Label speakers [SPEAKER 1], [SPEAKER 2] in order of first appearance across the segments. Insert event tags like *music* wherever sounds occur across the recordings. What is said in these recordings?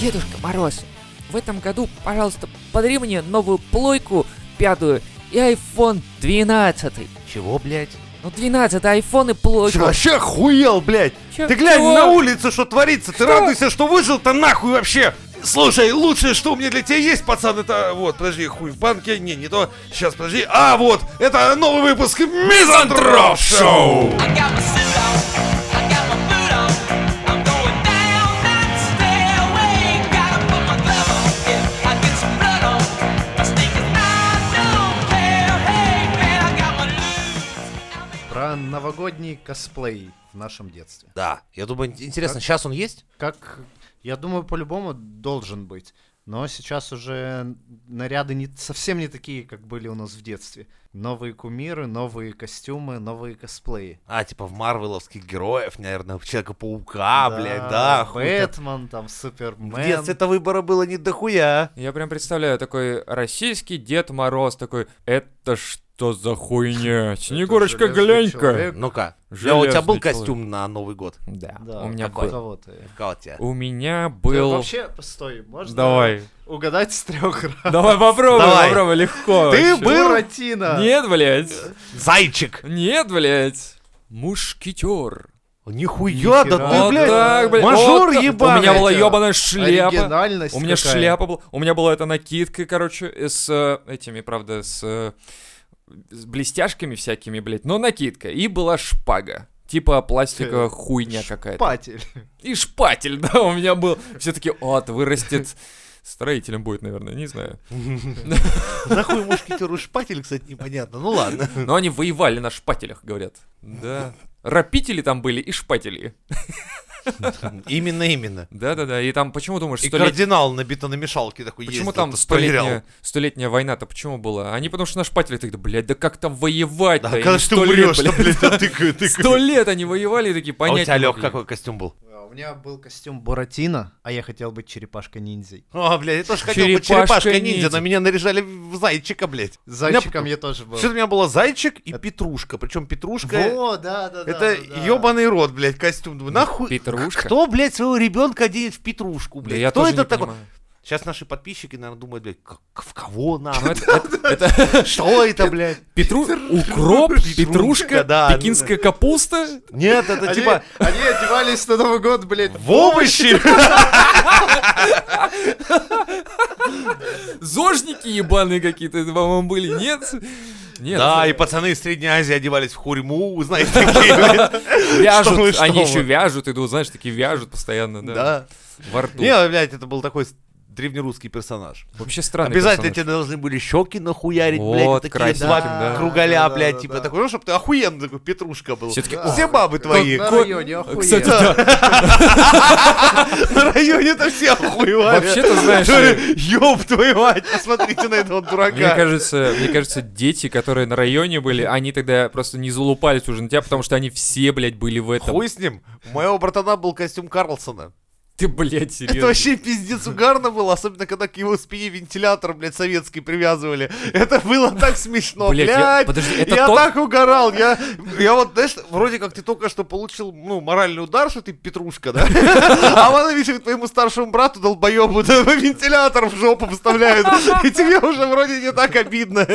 [SPEAKER 1] Дедушка Мороз, в этом году, пожалуйста, подари мне новую плойку, пятую, и iPhone 12.
[SPEAKER 2] Чего, блядь?
[SPEAKER 1] Ну, 12 iPhone и
[SPEAKER 2] Ты
[SPEAKER 1] плойку.
[SPEAKER 2] вообще охуел, блядь?
[SPEAKER 1] Чё-
[SPEAKER 2] Ты глянь
[SPEAKER 1] чего?
[SPEAKER 2] на улице, что творится. Ты
[SPEAKER 1] Что?
[SPEAKER 2] радуйся, что выжил-то нахуй вообще. Слушай, лучшее, что у меня для тебя есть, пацан, это... Вот, подожди, хуй в банке. Не, не то. Сейчас, подожди. А, вот, это новый выпуск Мизантроп Шоу.
[SPEAKER 3] I got my suit on, I got my boot on, I'm going down that stairway, gotta put my glove on, yeah, I get some blood on, my sneakers I don't care, hey man, I got my loot.
[SPEAKER 4] Про новогодний косплей в нашем детстве.
[SPEAKER 2] Да, я думаю, ин- интересно, сейчас он есть?
[SPEAKER 4] Как, я думаю, по-любому должен быть. Но сейчас уже наряды не, совсем не такие, как были у нас в детстве. Новые кумиры, новые костюмы, новые косплеи.
[SPEAKER 2] А, типа в марвеловских героев, наверное, в
[SPEAKER 1] А,
[SPEAKER 2] Человека-паука, блядь, да. хуй там.
[SPEAKER 4] Бэтмен, там, Супермен.
[SPEAKER 2] В детстве-то выбора было не дохуя.
[SPEAKER 1] Я прям представляю, такой российский Дед Мороз, такой, это что за хуйня? Снегурочка,
[SPEAKER 4] железный
[SPEAKER 1] глянь-ка.
[SPEAKER 4] человек.
[SPEAKER 2] Ну-ка, Лёва, у тебя был
[SPEAKER 1] Железный человек.
[SPEAKER 2] костюм на Новый год?
[SPEAKER 1] Да,
[SPEAKER 4] Да, А
[SPEAKER 1] у меня
[SPEAKER 4] какой?
[SPEAKER 1] был.
[SPEAKER 4] Кого-то. Ты
[SPEAKER 2] Какая у тебя?
[SPEAKER 1] У меня был...
[SPEAKER 4] Вообще, постой, можно
[SPEAKER 1] Давай.
[SPEAKER 4] угадать с трех раз?
[SPEAKER 1] Давай попробуй,
[SPEAKER 2] Давай.
[SPEAKER 1] попробуй, легко.
[SPEAKER 2] Ты
[SPEAKER 1] вообще.
[SPEAKER 2] был-
[SPEAKER 4] Буратино!
[SPEAKER 1] Нет, блядь.
[SPEAKER 2] Зайчик!
[SPEAKER 1] Нет, блядь. Мушкетер.
[SPEAKER 2] Нихуя, да
[SPEAKER 4] Нихера.
[SPEAKER 2] ты,
[SPEAKER 1] Вот
[SPEAKER 2] блядь,
[SPEAKER 1] так, блядь.
[SPEAKER 2] мажор
[SPEAKER 1] вот так.
[SPEAKER 2] ебаный.
[SPEAKER 1] У меня была
[SPEAKER 4] блядь.
[SPEAKER 1] ебаная шляпа.
[SPEAKER 4] Оригинальность
[SPEAKER 1] У меня
[SPEAKER 4] какая.
[SPEAKER 1] шляпа была. У меня была эта накидка, короче, э, с э, этими, правда, с, э, с блестяшками всякими, блядь. Но накидка. И была шпага. Типа пластиковая хуйня какая-то.
[SPEAKER 4] Патель.
[SPEAKER 1] И шпатель, *laughs* да, у меня был. Все таки от,
[SPEAKER 2] *laughs*
[SPEAKER 1] вырастет. Строителем будет, наверное, не знаю.
[SPEAKER 2] Нахуй мушкетеру шпатель, кстати, непонятно. Ну ладно.
[SPEAKER 1] Но они воевали на шпателях, говорят. Да. Рапители там были и шпатели.
[SPEAKER 2] Именно, именно.
[SPEAKER 1] Да-да-да, и там почему думаешь,
[SPEAKER 2] И
[SPEAKER 1] что лет-
[SPEAKER 2] кардинал на бетономешалке такой
[SPEAKER 1] Почему
[SPEAKER 2] ездил,
[SPEAKER 1] там
[SPEAKER 2] тут проверял.
[SPEAKER 1] столетняя, столетняя война-то почему была? Они потому что на шпателе тогда, блядь, да как там воевать-то?
[SPEAKER 2] Да,
[SPEAKER 1] Им
[SPEAKER 2] когда ж ты
[SPEAKER 1] сто лет,
[SPEAKER 2] умрешь, то,
[SPEAKER 1] блядь.
[SPEAKER 2] блядь, да
[SPEAKER 1] *laughs*
[SPEAKER 2] тыкаю,
[SPEAKER 1] Сто
[SPEAKER 2] тыкаю.
[SPEAKER 1] лет они воевали, и такие
[SPEAKER 2] А у
[SPEAKER 1] понятия.
[SPEAKER 2] тебя,
[SPEAKER 1] не
[SPEAKER 2] Лех,
[SPEAKER 1] могли.
[SPEAKER 2] какой костюм был?
[SPEAKER 4] А, У меня был костюм Буратино, а я хотел быть черепашкой-ниндзей.
[SPEAKER 2] А, блядь, я тоже хотел быть
[SPEAKER 1] Черепашка
[SPEAKER 2] черепашкой-ниндзя,
[SPEAKER 1] ниндзя.
[SPEAKER 2] но меня наряжали в зайчика, блядь.
[SPEAKER 4] Зайчиком я тоже был.
[SPEAKER 2] Все у меня было зайчик и
[SPEAKER 4] Это-
[SPEAKER 2] петрушка. Причем петрушка...
[SPEAKER 4] Во, да, да, да.
[SPEAKER 2] Это
[SPEAKER 4] да, да.
[SPEAKER 2] ебаный рот, блядь, костюм. Думаю, Нахуй...
[SPEAKER 1] Петрушка?
[SPEAKER 2] Кто, блядь, своего ребенка оденет в петрушку,
[SPEAKER 1] Да
[SPEAKER 2] блядь?
[SPEAKER 1] я
[SPEAKER 2] Кто
[SPEAKER 1] тоже
[SPEAKER 2] это
[SPEAKER 1] не
[SPEAKER 2] такой?
[SPEAKER 1] понимаю.
[SPEAKER 2] Сейчас наши подписчики, наверное, думают, блядь, как- в кого нам?
[SPEAKER 1] Ну, это- это- это
[SPEAKER 2] *laughs* Что это, блядь?
[SPEAKER 1] петру- укроп, петрушка,
[SPEAKER 2] да, ну
[SPEAKER 1] пекинская А капуста.
[SPEAKER 2] Нет, это
[SPEAKER 4] Они,
[SPEAKER 2] типа
[SPEAKER 4] они одевались на Новый год, блядь.
[SPEAKER 2] в овощи.
[SPEAKER 1] Зожники ебаные какие-то, это, по-моему, были, нет? Нет.
[SPEAKER 2] *laughs* Да, и пацаны из Средней Азии одевались в хурьму,
[SPEAKER 1] *laughs*
[SPEAKER 2] знаете, такие, блядь.
[SPEAKER 1] Вяжут,
[SPEAKER 2] Что вы, что
[SPEAKER 1] они
[SPEAKER 2] вы.
[SPEAKER 1] еще вяжут, идут, знаешь, такие вяжут постоянно, да.
[SPEAKER 2] Да.
[SPEAKER 1] Во рту.
[SPEAKER 2] Не, блядь, это был такой с- древнерусский персонаж.
[SPEAKER 1] Вообще странно.
[SPEAKER 2] Обязательно тебе должны были щеки нахуярить, блядь,
[SPEAKER 1] Вот,
[SPEAKER 2] такие
[SPEAKER 1] красить,
[SPEAKER 2] два
[SPEAKER 1] да.
[SPEAKER 2] круголя,
[SPEAKER 4] Да,
[SPEAKER 2] блядь,
[SPEAKER 4] да,
[SPEAKER 2] типа
[SPEAKER 4] да.
[SPEAKER 2] такой, ну, чтобы ты охуенный такой петрушка был.
[SPEAKER 1] Все таки
[SPEAKER 4] Да.
[SPEAKER 2] Все бабы твои.
[SPEAKER 4] На районе, охуенно.
[SPEAKER 1] Кстати, да.
[SPEAKER 2] На районе-то все охуевали.
[SPEAKER 1] Вообще-то, знаешь, э,
[SPEAKER 2] Ёб твою мать, посмотрите на этого
[SPEAKER 1] Мне
[SPEAKER 2] дурака.
[SPEAKER 1] кажется, мне кажется, дети, которые на районе были, они тогда просто не залупались уже на тебя, потому что они все, блядь, были в этом.
[SPEAKER 2] Хуй с ним. У моего братана был костюм Карлсона.
[SPEAKER 1] Ты, блядь,
[SPEAKER 2] Это
[SPEAKER 1] серьезно.
[SPEAKER 2] вообще пиздец угарно было, особенно когда к его спине вентилятор, блядь, советский привязывали. Это было так смешно,
[SPEAKER 1] Блядь,
[SPEAKER 2] блядь.
[SPEAKER 1] я- подожди, это
[SPEAKER 2] я
[SPEAKER 1] тот-
[SPEAKER 2] так угорал. Я, я вот, знаешь, вроде как ты только что получил, ну, моральный удар, что ты петрушка, да? А она, видишь, твоему старшему брату долбоебу да, вентилятор в жопу вставляют. И тебе уже вроде не так обидно.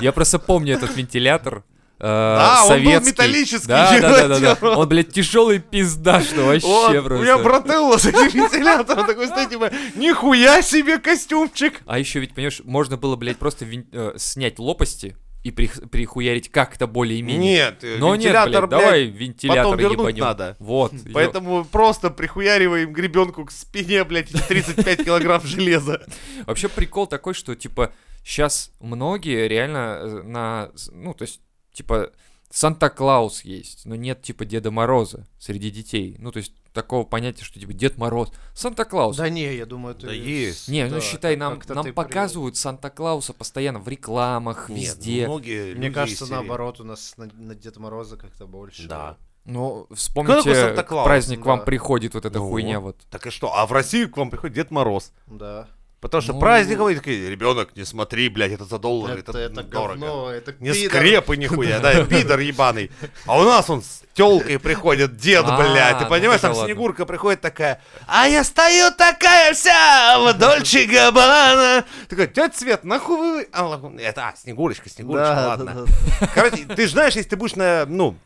[SPEAKER 1] Я просто помню этот вентилятор.
[SPEAKER 2] Да,
[SPEAKER 1] Да,
[SPEAKER 2] он был металлический,
[SPEAKER 1] Да,
[SPEAKER 2] я
[SPEAKER 1] да, да, да,
[SPEAKER 2] *laughs* хотел.
[SPEAKER 1] Он, блядь, тяжелый пизда, А что
[SPEAKER 2] Вот,
[SPEAKER 1] вообще
[SPEAKER 2] у меня
[SPEAKER 1] просто.
[SPEAKER 2] брателло с этим вентилятором такой стоит, типа, нихуя себе костюмчик.
[SPEAKER 1] А еще ведь, понимаешь, можно было, блядь, просто вин- э, снять лопасти и прих- прихуярить как-то более-менее.
[SPEAKER 2] Нет, э,
[SPEAKER 1] Но нет,
[SPEAKER 2] вентилятор,
[SPEAKER 1] блядь, давай
[SPEAKER 2] блядь,
[SPEAKER 1] вентилятор
[SPEAKER 2] потом вернуть
[SPEAKER 1] ебанем.
[SPEAKER 2] надо.
[SPEAKER 1] Вот.
[SPEAKER 2] Поэтому просто прихуяриваем гребенку к спине, блядь, эти 35 килограмм железа.
[SPEAKER 1] Вообще прикол такой, что типа сейчас многие реально э, на, с- ну то есть типа Санта-Клаус есть, но нет типа Деда Мороза среди детей. Ну то есть такого понятия, что типа Дед Мороз, Санта-Клаус.
[SPEAKER 4] Да не, я думаю, ты...
[SPEAKER 2] Да есть.
[SPEAKER 1] Не, ну
[SPEAKER 4] да,
[SPEAKER 1] считай,
[SPEAKER 4] это
[SPEAKER 1] нам,
[SPEAKER 4] как-то
[SPEAKER 1] нам
[SPEAKER 4] ты
[SPEAKER 1] показывают Санта-Клауса постоянно в рекламах,
[SPEAKER 2] ну,
[SPEAKER 1] везде.
[SPEAKER 2] многие
[SPEAKER 4] Мне кажется, наоборот, у нас на, на Деда Мороза как-то больше.
[SPEAKER 2] Да.
[SPEAKER 1] Ну,
[SPEAKER 2] Какой
[SPEAKER 1] вспомните,
[SPEAKER 2] Санта-Клаус?
[SPEAKER 1] праздник к вам
[SPEAKER 4] Да.
[SPEAKER 1] приходит вот эта
[SPEAKER 2] Ну.
[SPEAKER 1] хуйня вот.
[SPEAKER 2] Так и что? А в Россию к вам приходит Дед Мороз.
[SPEAKER 4] Да.
[SPEAKER 2] Потому что
[SPEAKER 5] Ну-
[SPEAKER 2] праздниковые такие, ребенок, не смотри, блядь, это за доллар, это,
[SPEAKER 4] Это, это
[SPEAKER 2] дорого.
[SPEAKER 4] говно, это
[SPEAKER 2] Не
[SPEAKER 4] пидор.
[SPEAKER 2] скрепы нихуя, да, пидор ебаный. А у нас он с телкой приходит, дед,
[SPEAKER 5] А,
[SPEAKER 2] блядь. Ты
[SPEAKER 5] ну
[SPEAKER 2] понимаешь,
[SPEAKER 5] тогда
[SPEAKER 2] там
[SPEAKER 5] ладно.
[SPEAKER 2] Снегурка приходит такая, а я стою такая вся в Дольче Габбана. Такой, тетя Свет, нахуй вы... А, ладно, Это, а, Снегурочка, Снегурочка,
[SPEAKER 4] Да,
[SPEAKER 2] ладно.
[SPEAKER 4] да, да.
[SPEAKER 2] Короче, ты же знаешь, если ты будешь на, ну,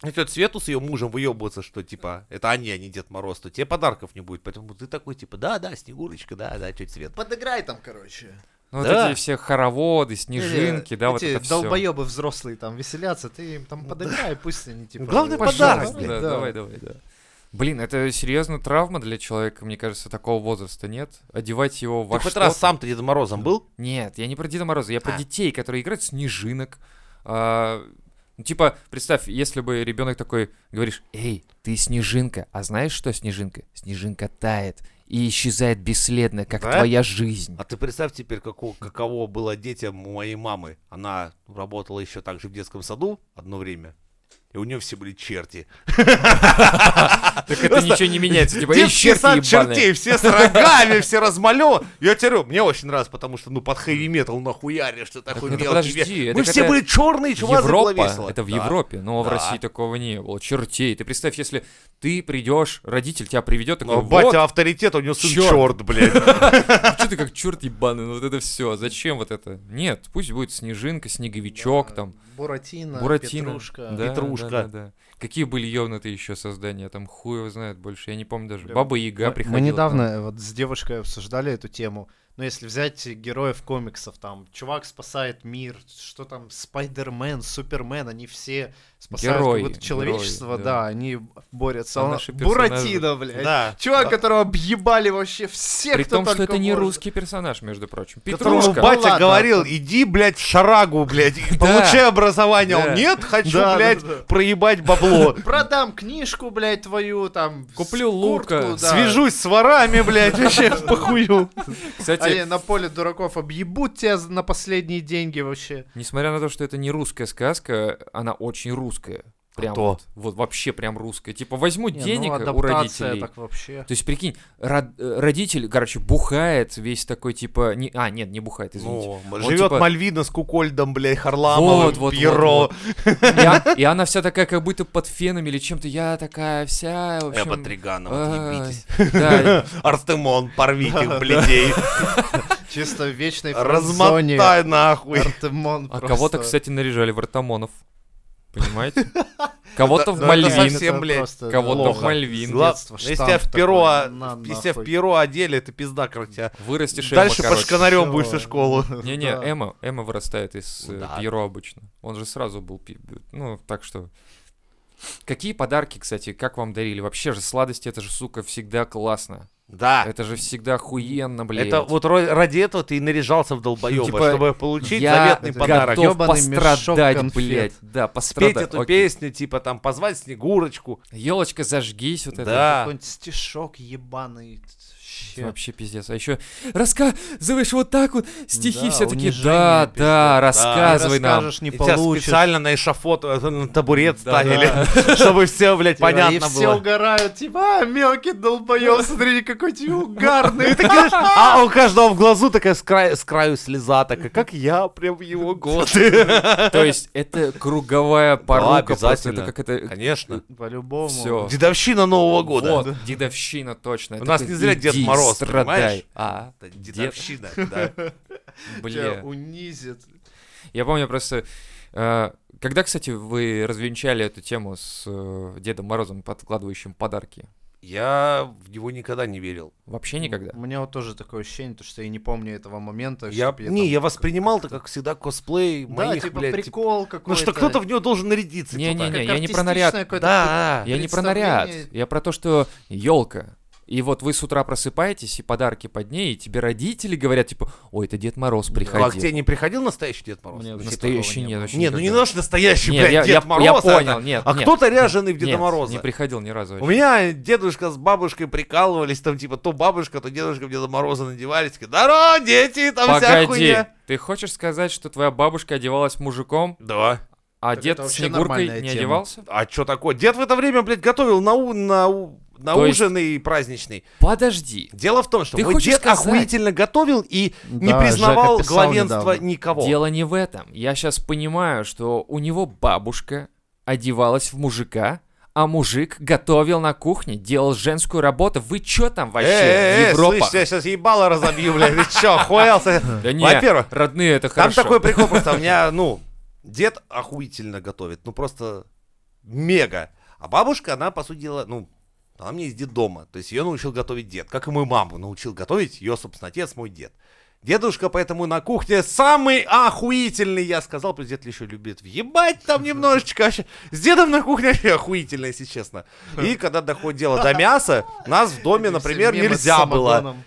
[SPEAKER 2] на тетю Свету с ее мужем выебываться, что типа, это они, а не Дед Мороз, то тебе подарков не будет. Поэтому ты такой, типа, да, да, Снегурочка, да, да, тетя Свет.
[SPEAKER 4] Подыграй там, короче.
[SPEAKER 5] Ну,
[SPEAKER 2] Да.
[SPEAKER 5] вот эти все хороводы, снежинки, да, вот
[SPEAKER 4] Эти
[SPEAKER 5] это все.
[SPEAKER 4] долбоебы взрослые там веселятся, ты им там подыграй, пусть они типа...
[SPEAKER 2] Главное,
[SPEAKER 4] Пожалуйста,
[SPEAKER 2] подарок, блядь,
[SPEAKER 5] Да,
[SPEAKER 4] да.
[SPEAKER 5] давай, давай, да. Блин, это серьезно травма для человека, мне кажется, такого возраста нет. Одевать его во
[SPEAKER 2] Ты хоть
[SPEAKER 5] что-то.
[SPEAKER 2] раз сам-то Дедом Морозом был?
[SPEAKER 5] Нет, я не про Деда Мороза, я про
[SPEAKER 2] А.
[SPEAKER 5] детей, которые играют в снежинок. А, ну, типа, представь, если бы ребенок такой, говоришь, эй, ты снежинка, а знаешь, что снежинка? Снежинка тает и исчезает бесследно, как
[SPEAKER 2] Да?
[SPEAKER 5] твоя жизнь.
[SPEAKER 2] А ты представь теперь, како- каково было детям у моей мамы. Она работала еще также в детском саду одно время. И у нее все были черти.
[SPEAKER 5] Так это ничего не меняется, типа, и
[SPEAKER 2] Детский
[SPEAKER 5] черти
[SPEAKER 2] сад
[SPEAKER 5] ебаные».
[SPEAKER 2] чертей, все с рогами, все размалеваны. Я тебе говорю, мне очень нравится, потому что, ну, под хэви-метал нахуяришь, что такой
[SPEAKER 5] ну это
[SPEAKER 2] мелкий.
[SPEAKER 5] подожди,
[SPEAKER 2] ве-
[SPEAKER 5] это
[SPEAKER 2] Мы все
[SPEAKER 5] какая-
[SPEAKER 2] были черные, чувак, было
[SPEAKER 5] Европа,
[SPEAKER 2] весело.
[SPEAKER 5] это в
[SPEAKER 2] Да.
[SPEAKER 5] Европе, но в
[SPEAKER 2] Да.
[SPEAKER 5] России такого не было. Чертей, ты представь, если ты придешь, родитель тебя приведет, такой,
[SPEAKER 2] Но
[SPEAKER 5] вот,
[SPEAKER 2] батя авторитет, у него сын
[SPEAKER 5] Чёрт.
[SPEAKER 2] черт, блядь.
[SPEAKER 5] что ты как черт ебаный, ну вот это все, зачем вот это? Нет, пусть будет снежинка, снеговичок там,
[SPEAKER 4] Буратино,
[SPEAKER 5] Буратино.
[SPEAKER 4] Петрушка.
[SPEAKER 5] Да,
[SPEAKER 2] Петрушка.
[SPEAKER 5] да, да, да. Какие были ёбнутые еще создания, там хуй его знает больше, я не помню даже.
[SPEAKER 4] Прям-
[SPEAKER 5] Баба Яга приходила.
[SPEAKER 4] Мы недавно вот с девушкой обсуждали эту тему. Но если взять героев комиксов, там, чувак спасает мир, что там, Спайдермен, Супермен, они все спасают как
[SPEAKER 5] Герои,
[SPEAKER 4] будто
[SPEAKER 5] герои,
[SPEAKER 4] человечество,
[SPEAKER 5] да.
[SPEAKER 4] да. они борются.
[SPEAKER 5] А
[SPEAKER 4] А он-
[SPEAKER 5] наши персонажи-
[SPEAKER 4] Буратино, блядь.
[SPEAKER 2] Да.
[SPEAKER 4] Чувак, которого объебали вообще все,
[SPEAKER 5] При
[SPEAKER 4] кто
[SPEAKER 5] том, что
[SPEAKER 4] только
[SPEAKER 5] это не
[SPEAKER 4] может.
[SPEAKER 5] русский персонаж, между прочим.
[SPEAKER 2] Которому
[SPEAKER 5] Петрушка.
[SPEAKER 4] ба-
[SPEAKER 2] батя
[SPEAKER 4] Ну ладно.
[SPEAKER 2] говорил, иди, блядь, в шарагу, блядь, и
[SPEAKER 5] Да.
[SPEAKER 2] получай образование.
[SPEAKER 5] Да.
[SPEAKER 2] Он, нет, хочу,
[SPEAKER 4] Да, да,
[SPEAKER 2] блядь,
[SPEAKER 4] да.
[SPEAKER 2] проебать
[SPEAKER 4] *laughs*
[SPEAKER 2] бабло.
[SPEAKER 4] Продам книжку, блядь, твою, там... с-
[SPEAKER 5] Куплю лука,
[SPEAKER 4] куртку, да.
[SPEAKER 2] Свяжусь с ворами, блядь, вообще похую.
[SPEAKER 5] Кстати,
[SPEAKER 4] Они А на поле дураков объебут тебя за- на последние деньги вообще.
[SPEAKER 5] несмотря на то, что это не русская сказка, она очень русская. Прям
[SPEAKER 2] А то.
[SPEAKER 5] вот, вот вообще прям русская. Типа возьму
[SPEAKER 4] Не, ну,
[SPEAKER 5] денег у
[SPEAKER 4] адаптация
[SPEAKER 5] родителей.
[SPEAKER 4] так вообще.
[SPEAKER 5] То есть, прикинь, род- э, родитель, короче, бухает весь такой, типа... не- А, нет, не бухает, извините.
[SPEAKER 2] Ну,
[SPEAKER 5] Он,
[SPEAKER 2] живет
[SPEAKER 5] типа,
[SPEAKER 2] Мальвина с Кукольдом, блядь, Харламовым,
[SPEAKER 5] Вот, вот,
[SPEAKER 2] Пьеро.
[SPEAKER 5] вот, И, а- и она вся такая, как будто под феном или чем-то. Я такая вся,
[SPEAKER 2] Э,
[SPEAKER 5] в общем...
[SPEAKER 2] Триганова, отъебитесь.
[SPEAKER 5] Ай, Да,
[SPEAKER 2] *laughs* Артемон, порвите их, блядей.
[SPEAKER 4] Чисто в вечной френдзоне.
[SPEAKER 2] Размотай нахуй.
[SPEAKER 4] Артемон
[SPEAKER 5] а
[SPEAKER 4] просто.
[SPEAKER 5] кого-то, кстати, наряжали в Артамонов. Понимаете? Кого-то в
[SPEAKER 2] да, это
[SPEAKER 5] Мальвин,
[SPEAKER 2] совсем блядь,
[SPEAKER 5] кого-то в
[SPEAKER 2] плохо.
[SPEAKER 5] Мальвин.
[SPEAKER 4] Зла-
[SPEAKER 2] Гла-
[SPEAKER 4] детства
[SPEAKER 2] Если тебя
[SPEAKER 4] штамп
[SPEAKER 2] в перо,
[SPEAKER 4] такой,
[SPEAKER 2] а,
[SPEAKER 4] на
[SPEAKER 2] если тебя в
[SPEAKER 4] нахуй.
[SPEAKER 2] перо одели, это пизда, короче. тебя
[SPEAKER 5] Вырастешь Эмма,
[SPEAKER 2] Дальше по
[SPEAKER 5] короче.
[SPEAKER 2] шканарем будешь в школу.
[SPEAKER 5] Не-не, Эмма, Эмма вырастает из э,
[SPEAKER 2] Да.
[SPEAKER 5] Пьеро обычно. Он же сразу был... пи- Ну, так что... Какие подарки, кстати, как вам дарили? Вообще же сладости, это же, сука, всегда классно.
[SPEAKER 2] Да.
[SPEAKER 5] Это же всегда охуенно, блядь.
[SPEAKER 2] А. Это вот ро- ради этого ты и наряжался в долбоеба,
[SPEAKER 5] Типа,
[SPEAKER 2] чтобы получить
[SPEAKER 5] Я
[SPEAKER 2] заветный
[SPEAKER 4] это
[SPEAKER 2] подарок.
[SPEAKER 5] готов
[SPEAKER 4] Ёбаный мешок
[SPEAKER 5] пострадать,
[SPEAKER 4] конфет.
[SPEAKER 5] блядь. Да, пострадать.
[SPEAKER 2] Спеть эту
[SPEAKER 5] Окей.
[SPEAKER 2] песню, типа там позвать Снегурочку.
[SPEAKER 5] Елочка, зажгись, вот это.
[SPEAKER 2] да.
[SPEAKER 4] Какой-нибудь стишок ебаный.
[SPEAKER 5] Это
[SPEAKER 4] Вообще.
[SPEAKER 5] Вообще пиздец. А еще рассказываешь вот так вот, стихи
[SPEAKER 4] Да,
[SPEAKER 5] все такие,
[SPEAKER 4] унижение
[SPEAKER 5] да,
[SPEAKER 4] пиздец.
[SPEAKER 5] да, рассказывай
[SPEAKER 4] Рассказывай
[SPEAKER 5] нам.
[SPEAKER 4] Расскажешь, не
[SPEAKER 2] И тебя
[SPEAKER 4] получишь.
[SPEAKER 2] специально на эшафот, э, на табурет
[SPEAKER 5] Да,
[SPEAKER 2] ставили, чтобы все, блядь,
[SPEAKER 4] Типа, и
[SPEAKER 2] понятно
[SPEAKER 4] все
[SPEAKER 2] было.
[SPEAKER 4] угорают, типа, а, мелкий долбоёб, смотри, какой
[SPEAKER 2] *laughs*
[SPEAKER 4] ты угарный.
[SPEAKER 2] А у каждого в глазу такая с краю, с краю слеза, такая, как я, прям в его год.
[SPEAKER 5] То есть это круговая порука, просто
[SPEAKER 2] обязательно.
[SPEAKER 5] это как это...
[SPEAKER 2] Конечно.
[SPEAKER 4] По-любому.
[SPEAKER 5] Всё.
[SPEAKER 2] Дедовщина Нового года.
[SPEAKER 5] Вот, дедовщина точно.
[SPEAKER 2] У
[SPEAKER 5] Это
[SPEAKER 2] нас
[SPEAKER 5] как
[SPEAKER 2] не зря Дед
[SPEAKER 5] иди,
[SPEAKER 2] Мороз,
[SPEAKER 5] страдай.
[SPEAKER 2] понимаешь?
[SPEAKER 5] А,
[SPEAKER 2] Это
[SPEAKER 5] дед,
[SPEAKER 2] Дедовщина, да. *laughs*
[SPEAKER 5] бля.
[SPEAKER 4] Тебя унизит.
[SPEAKER 5] Я помню просто... э, Когда, кстати, вы развенчали эту тему с э, Дедом Морозом, подкладывающим подарки?
[SPEAKER 2] Я в него никогда не верил.
[SPEAKER 5] Вообще никогда?
[SPEAKER 4] У меня вот тоже такое ощущение, то, что я не помню этого момента.
[SPEAKER 2] Я,
[SPEAKER 4] чтоб
[SPEAKER 2] не,
[SPEAKER 4] там-
[SPEAKER 2] я воспринимал это, как всегда, косплей
[SPEAKER 4] Да,
[SPEAKER 2] моих,
[SPEAKER 4] типа
[SPEAKER 2] блядь, тип-
[SPEAKER 4] прикол какой-то.
[SPEAKER 2] Ну что кто-то в него должен нарядиться.
[SPEAKER 5] Не-не-не,
[SPEAKER 2] типа.
[SPEAKER 5] я не про наряд.
[SPEAKER 2] Да.
[SPEAKER 5] Я не про наряд,
[SPEAKER 4] представление.
[SPEAKER 5] я про то, что елка. И вот вы с утра просыпаетесь, и подарки под ней, и тебе родители говорят, типа, ой, это Дед Мороз
[SPEAKER 2] Ну, А к тебе
[SPEAKER 5] приходил.
[SPEAKER 2] не приходил настоящий Дед Мороз? Ну
[SPEAKER 4] Мне вообще
[SPEAKER 5] Настоящий
[SPEAKER 4] такого не
[SPEAKER 5] нет,
[SPEAKER 4] было.
[SPEAKER 5] вообще
[SPEAKER 2] Не, ну не
[SPEAKER 5] никогда.
[SPEAKER 2] наш настоящий,
[SPEAKER 5] Нет,
[SPEAKER 2] блядь,
[SPEAKER 5] я-
[SPEAKER 2] Дед
[SPEAKER 5] я- я
[SPEAKER 2] Мороз.
[SPEAKER 5] понял,
[SPEAKER 2] это.
[SPEAKER 5] нет,
[SPEAKER 2] А
[SPEAKER 5] нет.
[SPEAKER 2] кто-то ряженый в Деда
[SPEAKER 5] Нет,
[SPEAKER 2] Мороза.
[SPEAKER 5] не приходил ни разу.
[SPEAKER 2] У
[SPEAKER 5] вообще.
[SPEAKER 2] меня дедушка с бабушкой прикалывались, там типа то бабушка, то дедушка в Деда Мороза надевались, такие, здорово, дети, там вся
[SPEAKER 5] Погоди,
[SPEAKER 2] хуйня.
[SPEAKER 5] ты хочешь сказать, что твоя бабушка одевалась мужиком,
[SPEAKER 2] Да.
[SPEAKER 5] а
[SPEAKER 4] Так
[SPEAKER 5] дед
[SPEAKER 4] это вообще
[SPEAKER 5] Снегуркой
[SPEAKER 4] нормальная
[SPEAKER 5] не
[SPEAKER 4] тема.
[SPEAKER 5] одевался?
[SPEAKER 2] А чё такое? Дед в это время, блядь, готовил на, у- на у- на
[SPEAKER 5] То есть-
[SPEAKER 2] ужин и праздничный.
[SPEAKER 5] Подожди.
[SPEAKER 2] Дело в том, что
[SPEAKER 5] Ты
[SPEAKER 2] мой
[SPEAKER 5] хочешь
[SPEAKER 2] дед
[SPEAKER 5] сказать-
[SPEAKER 2] охуительно готовил и не
[SPEAKER 4] Да,
[SPEAKER 2] признавал
[SPEAKER 4] Жека писал
[SPEAKER 2] главенства
[SPEAKER 4] недавно.
[SPEAKER 2] никого.
[SPEAKER 5] Дело не в этом. Я сейчас понимаю, что у него бабушка одевалась в мужика, а мужик готовил на кухне, делал женскую работу. Вы чё там вообще,
[SPEAKER 2] Э, э, э,
[SPEAKER 5] Европа?
[SPEAKER 2] слышь, я сейчас ебало разобью, блядь, ты чё,
[SPEAKER 5] *laughs*
[SPEAKER 2] охуелся?
[SPEAKER 5] Да не,
[SPEAKER 2] Во-первых,
[SPEAKER 5] родные, это
[SPEAKER 2] Там
[SPEAKER 5] хорошо.
[SPEAKER 2] такой прикол, просто у меня, ну, дед охуительно готовит, ну просто мега. А бабушка, она, по сути дела, ну, она мне из детдома, то есть ее научил готовить дед, как и мою маму научил готовить ее, собственно, отец мой дед. Дедушка поэтому на кухне самый охуительный, я сказал, плюс дед еще любит въебать там немножечко. вообще. С дедом на кухне вообще охуительно, если честно. И когда доходит дело до мяса, нас в доме,
[SPEAKER 4] Эти все
[SPEAKER 2] например,
[SPEAKER 4] мемы с
[SPEAKER 2] нельзя было
[SPEAKER 4] самогоном.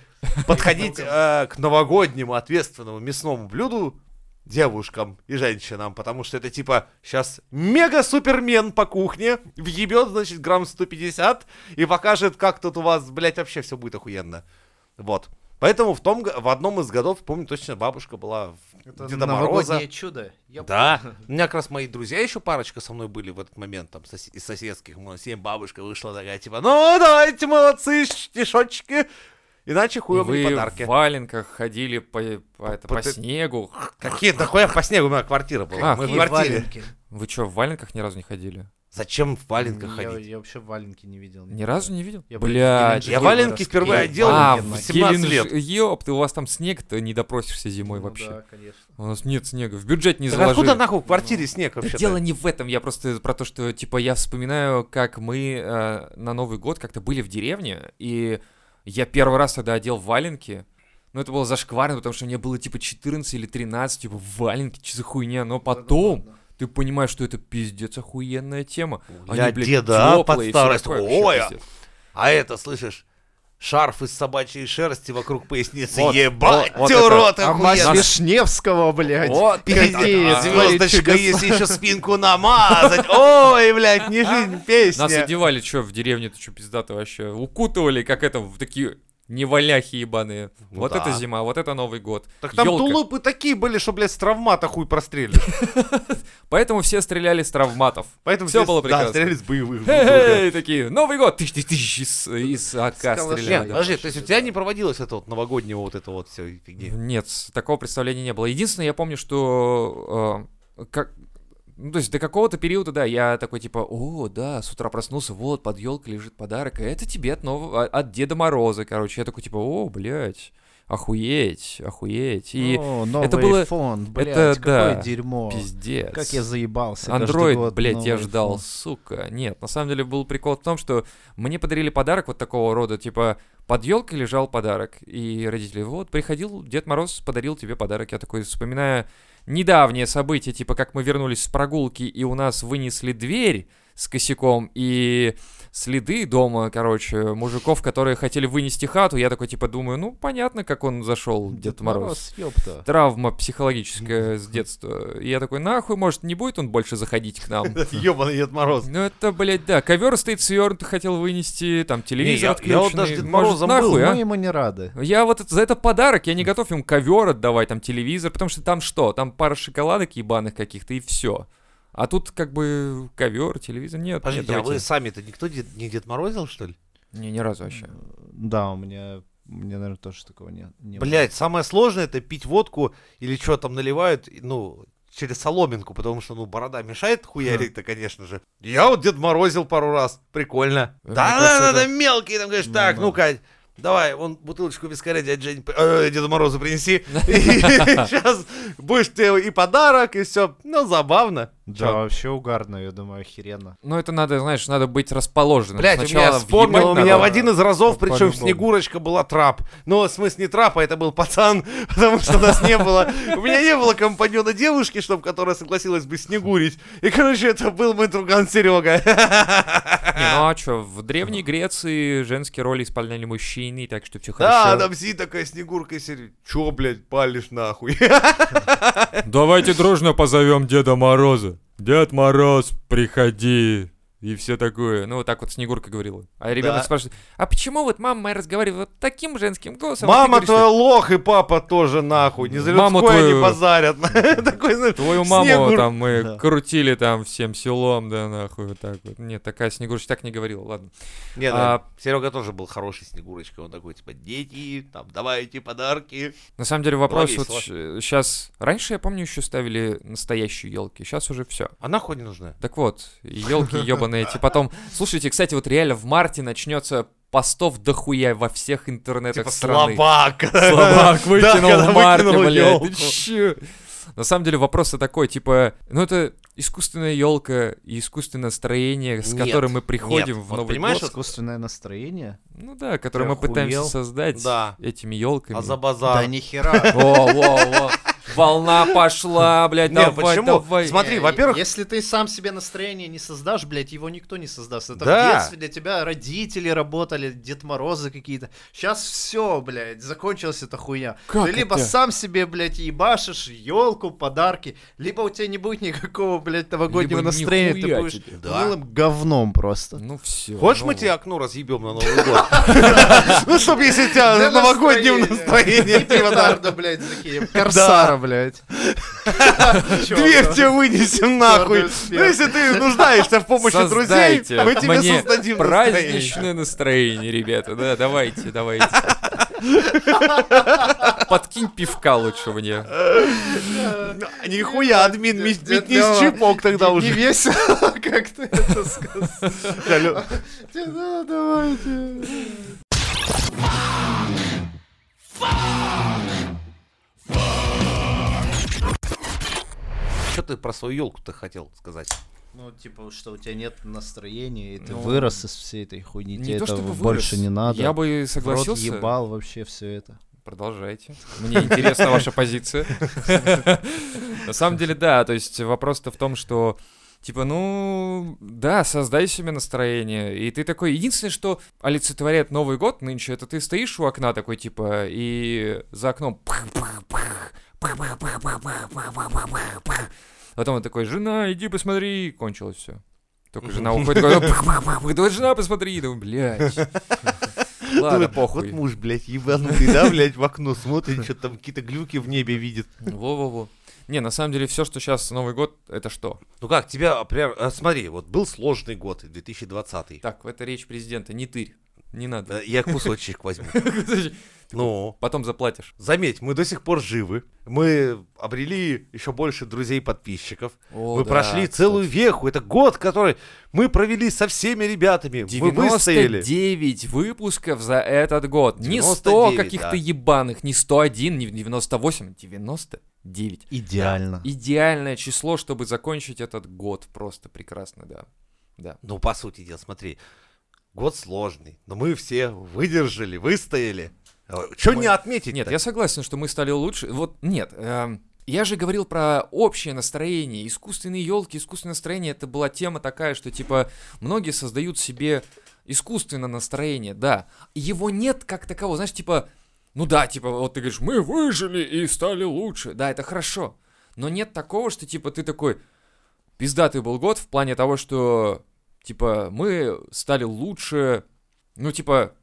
[SPEAKER 2] подходить э, к новогоднему ответственному мясному блюду девушкам и женщинам, потому что это типа сейчас мега-супермен по кухне, въебет, значит, грамм 150 и покажет, как тут у вас, блядь, вообще все будет охуенно. Вот. Поэтому в, том, г- в одном из годов, помню, точно бабушка была в
[SPEAKER 4] Это
[SPEAKER 2] Деда
[SPEAKER 4] новогоднее
[SPEAKER 2] Мороза.
[SPEAKER 4] чудо. Я
[SPEAKER 2] Да. У меня как раз мои друзья еще парочка со мной были в этот момент, там, сос- из соседских, мы семь, бабушка вышла такая, типа, ну, давайте, молодцы, стишочки, иначе хуевые
[SPEAKER 5] Вы
[SPEAKER 2] подарки.
[SPEAKER 5] в валенках ходили по, по, это,
[SPEAKER 2] По
[SPEAKER 5] по
[SPEAKER 2] ты-
[SPEAKER 5] снегу.
[SPEAKER 2] Какие нахуя по снегу? У меня квартира была.
[SPEAKER 5] А,
[SPEAKER 2] мы в
[SPEAKER 4] Какие
[SPEAKER 2] квартире.
[SPEAKER 4] валенки?
[SPEAKER 5] Вы чё, в валенках ни разу не ходили?
[SPEAKER 2] Зачем в валенках
[SPEAKER 4] Я-
[SPEAKER 2] ходить?
[SPEAKER 4] Я вообще валенки не видел.
[SPEAKER 5] Ни разу не видел?
[SPEAKER 4] Я был в
[SPEAKER 5] Блядь.
[SPEAKER 4] Геленджике.
[SPEAKER 2] Я валенки впервые
[SPEAKER 4] Я-
[SPEAKER 2] одел
[SPEAKER 5] а,
[SPEAKER 2] в
[SPEAKER 5] в
[SPEAKER 2] 18 лет.
[SPEAKER 5] Геленджи- Ёпт, у вас там снег-то не допросишься зимой
[SPEAKER 4] Ну
[SPEAKER 5] вообще.
[SPEAKER 4] Да, конечно.
[SPEAKER 5] У нас нет снега, в бюджет не
[SPEAKER 2] Так
[SPEAKER 5] заложили.
[SPEAKER 2] откуда нахуй в квартире снег
[SPEAKER 5] Да
[SPEAKER 2] вообще?
[SPEAKER 5] дело не в этом, я просто про то, что, типа, я вспоминаю, как мы э, на Новый год как-то были в деревне, и я первый раз тогда одел валенки, но это было зашкварно, потому что мне было, типа, 14 или 13, типа, валенки, че за хуйня, но потом ты понимаешь, что это пиздец охуенная тема.
[SPEAKER 2] Для деда, а, под старость. Ой, а- А это, слышишь? Шарф из собачьей шерсти вокруг поясницы.
[SPEAKER 5] Вот,
[SPEAKER 2] Ебать,
[SPEAKER 5] вот, вот это.
[SPEAKER 2] урод,
[SPEAKER 4] А мать
[SPEAKER 2] охуенно. а,
[SPEAKER 4] Вишневского, блядь.
[SPEAKER 5] Вот,
[SPEAKER 4] Пиздец,
[SPEAKER 5] пиздец,
[SPEAKER 4] блядь,
[SPEAKER 2] Звездочка,
[SPEAKER 4] чудо-
[SPEAKER 2] если еще спинку намазать. Ой, блядь, не жизнь,
[SPEAKER 5] Нас
[SPEAKER 2] песня.
[SPEAKER 5] одевали, что в деревне, то что пиздато вообще. Укутывали, как это, в такие неваляхи ебаные.
[SPEAKER 2] Ну
[SPEAKER 5] вот
[SPEAKER 2] да.
[SPEAKER 5] это зима, вот это Новый год.
[SPEAKER 2] Так там
[SPEAKER 5] Ёлка.
[SPEAKER 2] тулупы такие были, что, блядь, с травмата хуй прострелили. *laughs*
[SPEAKER 5] Поэтому все стреляли с травматов.
[SPEAKER 2] Поэтому
[SPEAKER 5] Все
[SPEAKER 2] здесь,
[SPEAKER 5] было
[SPEAKER 2] да,
[SPEAKER 5] прекрасно.
[SPEAKER 2] стреляли с боевых. винтовок.
[SPEAKER 5] Эй, такие, Новый год! Тыщ, тыщ, тыщ, из, из АК
[SPEAKER 4] калаша.
[SPEAKER 5] стреляли.
[SPEAKER 2] Нет,
[SPEAKER 5] да.
[SPEAKER 2] подожди, то есть у тебя не проводилось это вот новогоднего вот это вот все фигни?
[SPEAKER 5] Нет, с- такого представления не было. Единственное, я помню, что э, как ну, то есть до какого-то периода, да, я такой типа, о, да, с утра проснулся, вот, под елкой лежит подарок, а это тебе от, нового, от Деда Мороза, короче. Я такой типа, о, блядь, охуеть, охуеть. И
[SPEAKER 4] О, новый
[SPEAKER 5] это было-
[SPEAKER 4] iPhone, блядь,
[SPEAKER 5] это,
[SPEAKER 4] какое
[SPEAKER 5] да,
[SPEAKER 4] дерьмо.
[SPEAKER 5] пиздец.
[SPEAKER 4] Как я заебался. каждый
[SPEAKER 5] Андроид,
[SPEAKER 4] год
[SPEAKER 5] блядь,
[SPEAKER 4] новый
[SPEAKER 5] я ждал,
[SPEAKER 4] iPhone.
[SPEAKER 5] сука. Нет, на самом деле был прикол в том, что мне подарили подарок вот такого рода, типа под елкой лежал подарок, и родители, вот, приходил Дед Мороз, подарил тебе подарок. Я такой, вспоминая недавнее событие, типа как мы вернулись с прогулки, и у нас вынесли дверь с косяком, и следы дома, короче, мужиков, которые хотели вынести хату, я такой, типа, думаю, ну, понятно, как он зашел, Дед, Мороз
[SPEAKER 4] ёпта.
[SPEAKER 5] травма психологическая с детства. И я такой, нахуй, может, не будет он больше заходить к нам?
[SPEAKER 2] *laughs*
[SPEAKER 5] *laughs*
[SPEAKER 2] Ёбаный Дед Мороз.
[SPEAKER 5] Ну это, блядь, да, ковер стоит свернутый, хотел вынести, там
[SPEAKER 2] Не, я-
[SPEAKER 5] телевизор
[SPEAKER 2] я вот
[SPEAKER 5] отключенный.
[SPEAKER 2] даже Дед
[SPEAKER 5] Может,
[SPEAKER 2] Морозом был, ну
[SPEAKER 5] нахуй,
[SPEAKER 4] Мы
[SPEAKER 5] а?
[SPEAKER 4] ему не рады.
[SPEAKER 5] Я вот это- за это подарок, я не готов им ковер отдавать, там телевизор, потому что там что? Там пара шоколадок ебаных каких-то и все. А тут как бы ковер, телевизор, нет. нет,
[SPEAKER 2] Подождите, а вы
[SPEAKER 5] давайте.
[SPEAKER 2] сами-то никто дед- не Дед Морозил, что ли?
[SPEAKER 5] Не, ни разу вообще.
[SPEAKER 4] Да, у меня, мне, наверное, тоже такого не, не было.
[SPEAKER 2] Блять, самое сложное это пить водку или что там наливают, и, ну, через соломинку, потому что, ну, борода мешает хуярить-то, конечно же. Я вот Дед Морозил пару раз, прикольно.
[SPEAKER 5] Мне
[SPEAKER 2] Да,
[SPEAKER 5] кажется,
[SPEAKER 2] да, да,
[SPEAKER 5] это-
[SPEAKER 2] да, мелкий, там, конечно,
[SPEAKER 4] Ну
[SPEAKER 2] так,
[SPEAKER 4] да.
[SPEAKER 2] ну-ка, давай, вон бутылочку вискаря дядя Жень, при- э, Деду Морозу
[SPEAKER 4] *laughs*
[SPEAKER 2] принеси. *laughs* Сейчас будешь тебе и подарок, и все. Ну, забавно.
[SPEAKER 4] Да, вообще угарно, я думаю, охеренно.
[SPEAKER 5] Ну это надо, знаешь, надо быть расположенным.
[SPEAKER 2] Блять, у
[SPEAKER 5] Сначала
[SPEAKER 2] меня вспомнил, у
[SPEAKER 5] въебать
[SPEAKER 2] меня в
[SPEAKER 5] надо.
[SPEAKER 2] один из разов,
[SPEAKER 5] По-
[SPEAKER 2] причем в
[SPEAKER 5] по-любому.
[SPEAKER 2] Снегурочка была трап. Но в смысле не трап, а это был пацан, *laughs* потому что нас не было. У меня не было компаньона девушки, чтобы которая согласилась бы снегурить. И, короче, это был мой друган *laughs* Серега.
[SPEAKER 5] Не, ну а что, в Древней Греции женские роли исполняли мужчины, так что все
[SPEAKER 2] Да,
[SPEAKER 5] хорошо.
[SPEAKER 2] там сидит такая снегурка и Серега. Чё, блядь, палишь нахуй?
[SPEAKER 5] Давайте дружно позовем Деда Мороза. Дед Мороз, приходи. И все такое. Ну, вот так вот Снегурка говорила. А ребенок
[SPEAKER 2] Да.
[SPEAKER 5] спрашивает, а почему вот мама моя разговаривает вот таким женским голосом? а ты
[SPEAKER 2] Мама
[SPEAKER 5] говоришь,
[SPEAKER 2] твоя лох и папа тоже нахуй. Не за
[SPEAKER 5] Маму
[SPEAKER 2] людское
[SPEAKER 5] твою-
[SPEAKER 2] не базарят. *laughs* Такой, знаешь,
[SPEAKER 5] Твою маму
[SPEAKER 2] Снегур-
[SPEAKER 5] там мы
[SPEAKER 2] Да.
[SPEAKER 5] крутили там всем селом, да нахуй, вот так вот. Нет, такая Снегурочка так не говорила, ладно.
[SPEAKER 2] Не, да,
[SPEAKER 5] А-
[SPEAKER 2] Серега тоже был хороший Снегурочка. Он такой, типа, дети, там, давайте подарки.
[SPEAKER 5] На самом деле вопрос
[SPEAKER 2] Было
[SPEAKER 5] вот сейчас... Раньше, я помню, еще ставили настоящие елки, сейчас уже все.
[SPEAKER 2] Она хоть не нужна.
[SPEAKER 5] Так вот, елки ебаные эти потом... Слушайте, кстати, вот реально в марте начнется постов дохуя во всех интернетах
[SPEAKER 2] Типа,
[SPEAKER 5] страны.
[SPEAKER 2] слабак. *laughs*
[SPEAKER 5] Слабак
[SPEAKER 2] Да,
[SPEAKER 5] выкинул
[SPEAKER 2] когда
[SPEAKER 5] в марте,
[SPEAKER 2] выкинул
[SPEAKER 5] блядь.
[SPEAKER 2] ёлку.
[SPEAKER 5] ты чё? На самом деле вопрос-то такой, типа, ну это искусственная елка и искусственное настроение, с
[SPEAKER 2] Нет,
[SPEAKER 5] которым мы приходим
[SPEAKER 2] нет,
[SPEAKER 5] в
[SPEAKER 2] вот
[SPEAKER 5] Новый
[SPEAKER 2] понимаешь,
[SPEAKER 5] год.
[SPEAKER 2] вот-
[SPEAKER 4] Искусственное настроение?
[SPEAKER 5] Ну да, которое
[SPEAKER 4] Ты
[SPEAKER 5] мы пытаемся
[SPEAKER 4] охуел?
[SPEAKER 5] создать
[SPEAKER 2] Да.
[SPEAKER 5] этими елками.
[SPEAKER 2] А за
[SPEAKER 4] Да
[SPEAKER 2] базар.
[SPEAKER 4] нихера.
[SPEAKER 5] Во, во, во. Волна пошла, блядь,
[SPEAKER 2] Не,
[SPEAKER 5] давай,
[SPEAKER 2] почему?
[SPEAKER 5] давай.
[SPEAKER 2] Смотри,
[SPEAKER 4] Э,
[SPEAKER 2] во-первых-
[SPEAKER 4] Если ты сам себе настроение не создашь, блядь, его никто не создаст. Это
[SPEAKER 2] Да.
[SPEAKER 4] в детстве для тебя родители работали, Дед Морозы какие-то. Сейчас все, блядь, закончилась эта хуйня.
[SPEAKER 5] Как
[SPEAKER 4] ты либо
[SPEAKER 5] это?
[SPEAKER 4] сам себе, блядь, ебашишь елку, подарки, либо у тебя не будет никакого, блядь, новогоднего
[SPEAKER 5] Либо
[SPEAKER 4] настроения.
[SPEAKER 5] нихуя
[SPEAKER 4] Ты будешь
[SPEAKER 5] тебе.
[SPEAKER 2] Да.
[SPEAKER 4] милым говном просто.
[SPEAKER 5] Ну все.
[SPEAKER 2] Хочешь, мы тебе окно разъебем на Новый год? *laughs* Ну, чтобы если у тебя
[SPEAKER 4] Для
[SPEAKER 2] новогоднее
[SPEAKER 4] настроения.
[SPEAKER 2] настроение,
[SPEAKER 4] И
[SPEAKER 2] типа, да,
[SPEAKER 4] петарда, блядь,
[SPEAKER 2] *laughs*
[SPEAKER 4] такие. Корсара, блядь. Чё,
[SPEAKER 2] Дверь
[SPEAKER 4] да.
[SPEAKER 2] тебе вынесем нахуй.
[SPEAKER 4] Черный свет.
[SPEAKER 2] Ну, если ты нуждаешься в помощи друзей,
[SPEAKER 5] Создайте
[SPEAKER 2] мы тебе
[SPEAKER 5] мне
[SPEAKER 2] создадим настроение.
[SPEAKER 5] праздничное настроение, ребята. Да, давайте, давайте. Подкинь пивка лучше мне.
[SPEAKER 2] А Нихуя, админ,
[SPEAKER 4] Дед- дед
[SPEAKER 2] метнись
[SPEAKER 4] Лёва,
[SPEAKER 2] чипок тогда
[SPEAKER 4] Не- Не
[SPEAKER 2] уже.
[SPEAKER 4] весело, *laughs* как ты это сказал.
[SPEAKER 2] Алло.
[SPEAKER 4] Да, давайте.
[SPEAKER 2] Что ты про свою елку-то хотел сказать?
[SPEAKER 4] Ну, типа, что у тебя нет настроения, и ты
[SPEAKER 5] Ну,
[SPEAKER 4] вырос из всей этой хуйни,
[SPEAKER 5] не
[SPEAKER 4] тебе
[SPEAKER 5] то,
[SPEAKER 4] этого
[SPEAKER 5] чтобы вырос.
[SPEAKER 4] больше не надо.
[SPEAKER 5] Я бы
[SPEAKER 4] В рот
[SPEAKER 5] согласился.
[SPEAKER 4] ебал вообще все это.
[SPEAKER 5] Продолжайте. Мне интересна ваша позиция. На самом деле, да, то есть вопрос-то в том, что Типа, ну, да, создай себе настроение. И ты такой, единственное, что олицетворяет Новый год нынче, это ты стоишь у окна такой, типа, и за окном... пых-пых-пых, пых-пых-пых-пых-пых-пых-пых-пых-пых. Потом он такой, жена, иди посмотри, кончилось все. Только жена уходит, такой, «Пых-пых-пых-пых». Давай, жена, посмотри, думаю, блядь. Ладно,
[SPEAKER 2] Думаю,
[SPEAKER 5] похуй.
[SPEAKER 2] Вот муж, блядь, ебанутый, да, блядь, в окно смотрит, что там какие-то глюки в небе видит.
[SPEAKER 5] Во-во-во. Не, на самом деле, все, что сейчас Новый год, это что?
[SPEAKER 2] Ну как, тебя, прям, э, смотри, вот был сложный год, 2020.
[SPEAKER 5] Так, это речь президента, не тырь. Не надо.
[SPEAKER 2] Э, Я
[SPEAKER 5] *laughs*
[SPEAKER 2] кусочек возьму. Ну,
[SPEAKER 5] Потом заплатишь.
[SPEAKER 2] заметь, мы до сих пор живы. Мы обрели еще больше друзей-подписчиков. мы прошли целую веху. Это год, который мы провели со всеми ребятами. Мы выстояли.
[SPEAKER 5] 99 выпусков за этот год. Не 100
[SPEAKER 2] 99,
[SPEAKER 5] каких-то
[SPEAKER 2] да.
[SPEAKER 5] ебаных, не 101, не 98, 99.
[SPEAKER 4] Идеально.
[SPEAKER 5] Идеальное число, чтобы закончить этот год. Просто прекрасно, да. Да.
[SPEAKER 2] Ну, по сути дела, смотри. Год сложный, но мы все выдержали, выстояли. Что
[SPEAKER 5] Мы-
[SPEAKER 2] не отметить?
[SPEAKER 5] Нет, я согласен, что мы стали лучше. Вот нет, эм, я же говорил про общее настроение, искусственные елки, искусственное настроение. Это была тема такая, что типа многие создают себе искусственное настроение, да. Его нет как такового, знаешь, типа, ну да, типа вот ты говоришь, мы выжили и стали лучше, да, это хорошо. Но нет такого, что типа ты такой пиздатый был год в плане того, что типа мы стали лучше, ну типа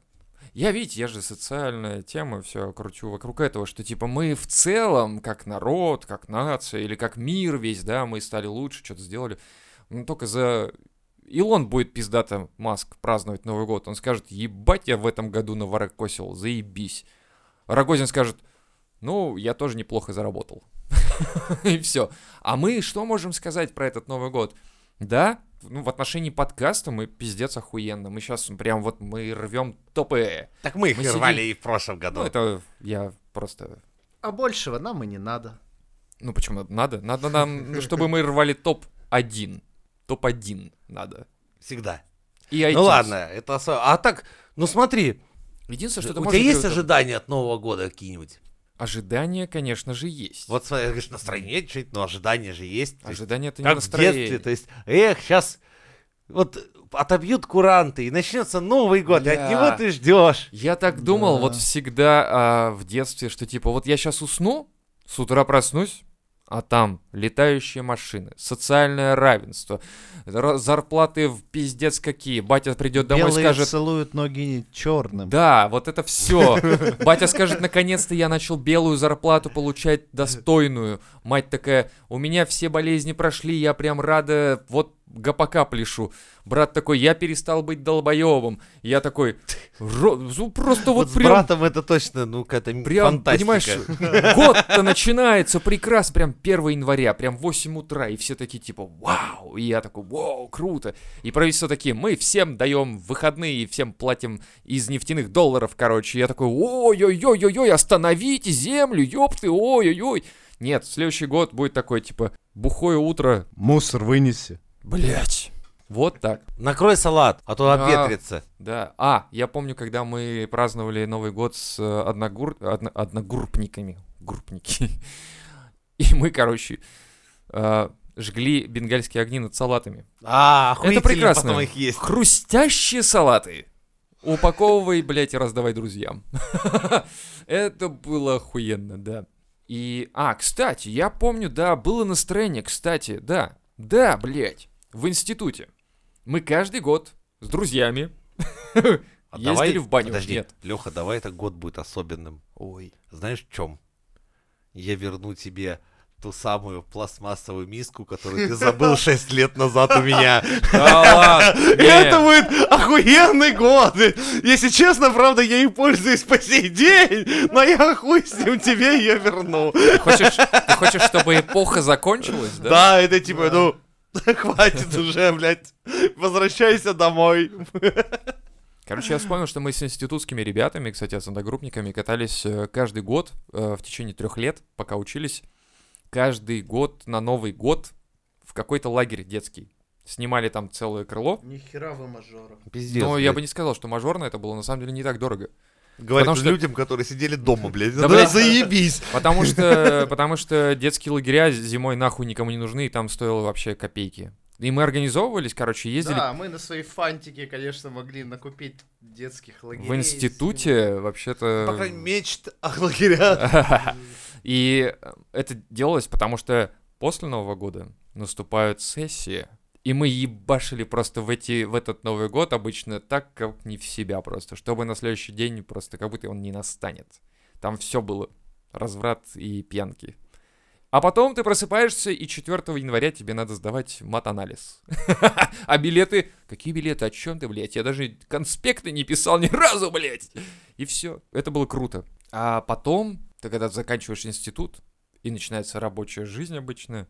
[SPEAKER 5] я, видите, я же социальная тема, все кручу вокруг этого, что типа мы в целом, как народ, как нация или как мир весь, да, мы стали лучше, что-то сделали. Ну, только за... Илон будет пиздато Маск праздновать Новый год. Он скажет, ебать, я в этом году наворокосил, заебись. Рогозин скажет, ну, я тоже неплохо заработал. *laughs* И все. А мы что можем сказать про этот Новый год? Да, ну, в отношении подкаста мы пиздец охуенно. Мы сейчас прям вот мы рвем топы.
[SPEAKER 2] Так мы их
[SPEAKER 5] Мы
[SPEAKER 2] рвали и в прошлом году.
[SPEAKER 5] Ну, это я просто...
[SPEAKER 4] А большего нам и не надо.
[SPEAKER 5] Ну, почему надо? Надо нам, ну, чтобы мы рвали топ-1. Топ-1 надо.
[SPEAKER 2] Всегда.
[SPEAKER 5] И
[SPEAKER 2] Ну
[SPEAKER 5] iTunes.
[SPEAKER 2] ладно, это осо- А так, ну смотри,
[SPEAKER 5] Единственное, что ты
[SPEAKER 2] у
[SPEAKER 5] можешь
[SPEAKER 2] тебя есть
[SPEAKER 5] делать, это-
[SPEAKER 2] ожидания от Нового года какие-нибудь?
[SPEAKER 5] Ожидания, конечно же, есть.
[SPEAKER 2] Вот смотри, ты говоришь, настроение чуть, но ожидания же есть. То есть,
[SPEAKER 5] Ожидания — это не
[SPEAKER 2] Как
[SPEAKER 5] настроение.
[SPEAKER 2] в детстве, то есть, эх, сейчас вот отобьют куранты, и начнется Новый год, и
[SPEAKER 5] Бля.
[SPEAKER 2] от него ты ждешь.
[SPEAKER 5] Я так думал
[SPEAKER 4] Да.
[SPEAKER 5] вот всегда а, в детстве, что типа вот я сейчас усну, с утра проснусь, А там летающие машины, социальное равенство, ра- зарплаты в пиздец какие. Батя придет домой и
[SPEAKER 4] Белые
[SPEAKER 5] скажет,
[SPEAKER 4] целуют ноги черным.
[SPEAKER 5] да, вот это все. Батя скажет, наконец-то я начал белую зарплату получать достойную. Мать такая, у меня все болезни прошли, я прям рада, вот ГПК пляшу. Брат такой, я перестал быть долбоебом. Я такой, «Ро- ну просто
[SPEAKER 2] Вот
[SPEAKER 5] вот
[SPEAKER 2] с
[SPEAKER 5] прям...
[SPEAKER 2] братом это точно, ну, какая-то
[SPEAKER 5] Прям,
[SPEAKER 2] фантастика.
[SPEAKER 5] понимаешь, год-то начинается прекрасно, прям 1 января, прям 8 утра, и все такие типа «Вау!» И я такой «Вау, круто!» И правительство такие «Мы всем даем выходные, и всем платим из нефтяных долларов, короче». И я такой «Ой-ой-ой-ой-ой, остановите землю, ёпты, ой-ой-ой!» Нет, следующий год будет такой типа «Бухое утро,
[SPEAKER 4] Мусор вынеси.
[SPEAKER 5] блять. Вот так.
[SPEAKER 2] Накрой салат, а то
[SPEAKER 5] А.
[SPEAKER 2] обветрится.
[SPEAKER 5] Да. А, я помню, когда мы праздновали Новый год с э, одногур... одно- одногруппниками. Группники. *laughs* И мы, короче, э, жгли бенгальские огни над салатами.
[SPEAKER 2] А, охуительно,
[SPEAKER 5] прекрасно.
[SPEAKER 2] потом их есть.
[SPEAKER 5] Хрустящие салаты! Упаковывай, блядь, и раздавай друзьям. *laughs* Это было охуенно, да. И, а, кстати, я помню, да, было настроение, кстати, да. Да, блядь, в институте. Мы каждый год с друзьями
[SPEAKER 2] А
[SPEAKER 5] ездили в баню.
[SPEAKER 2] Подожди,
[SPEAKER 5] Нет.
[SPEAKER 2] Леха, давай этот год будет особенным.
[SPEAKER 5] Ой.
[SPEAKER 2] Знаешь, в чем? Я верну тебе ту самую пластмассовую миску, которую ты
[SPEAKER 5] *laughs*
[SPEAKER 2] забыл 6 лет назад у меня.
[SPEAKER 5] Да ладно.
[SPEAKER 2] И Это будет охуенный год. Если честно, правда, я ей пользуюсь по сей день, но я хуй с ним тебе ее верну.
[SPEAKER 5] Ты хочешь, ты хочешь, чтобы эпоха закончилась, да?
[SPEAKER 2] Да, это типа, ну, *laughs* хватит уже, блядь. Возвращайся домой.
[SPEAKER 5] Короче, я вспомнил, что мы с институтскими ребятами, кстати, с одногруппниками катались э, каждый год э, в течение трех лет, пока учились. Каждый год на Новый год в какой-то лагерь детский. Снимали там целое крыло.
[SPEAKER 4] Нихера вы мажора.
[SPEAKER 2] Пиздец.
[SPEAKER 5] Но я бы не сказал, что мажорно это было, на самом деле не так дорого.
[SPEAKER 2] Говорит
[SPEAKER 5] потому что-
[SPEAKER 2] людям, которые сидели дома, блядь.
[SPEAKER 5] Да,
[SPEAKER 2] Да,
[SPEAKER 5] блядь.
[SPEAKER 2] заебись.
[SPEAKER 5] Потому что, потому что детские лагеря зимой нахуй никому не нужны, и там стоило вообще копейки. И мы организовывались, короче, ездили
[SPEAKER 4] Да, мы на свои фантики, конечно, могли накупить детских лагерей.
[SPEAKER 5] в институте, вообще-то...
[SPEAKER 2] Пока мечт о лагерях.
[SPEAKER 5] И э, это делалось, потому что после Нового года наступают сессии, и мы ебашили просто в, эти, в этот Новый год обычно так, как не в себя просто, чтобы на следующий день просто как будто он не настанет. Там все было. Разврат и пьянки. А потом ты просыпаешься, и 4 января тебе надо сдавать мат-анализ. *laughs* А билеты... Какие билеты? О чем ты, блядь? Я даже конспекты не писал ни разу, блядь! И все. Это было круто. А потом, ты когда заканчиваешь институт, и начинается рабочая жизнь обычно,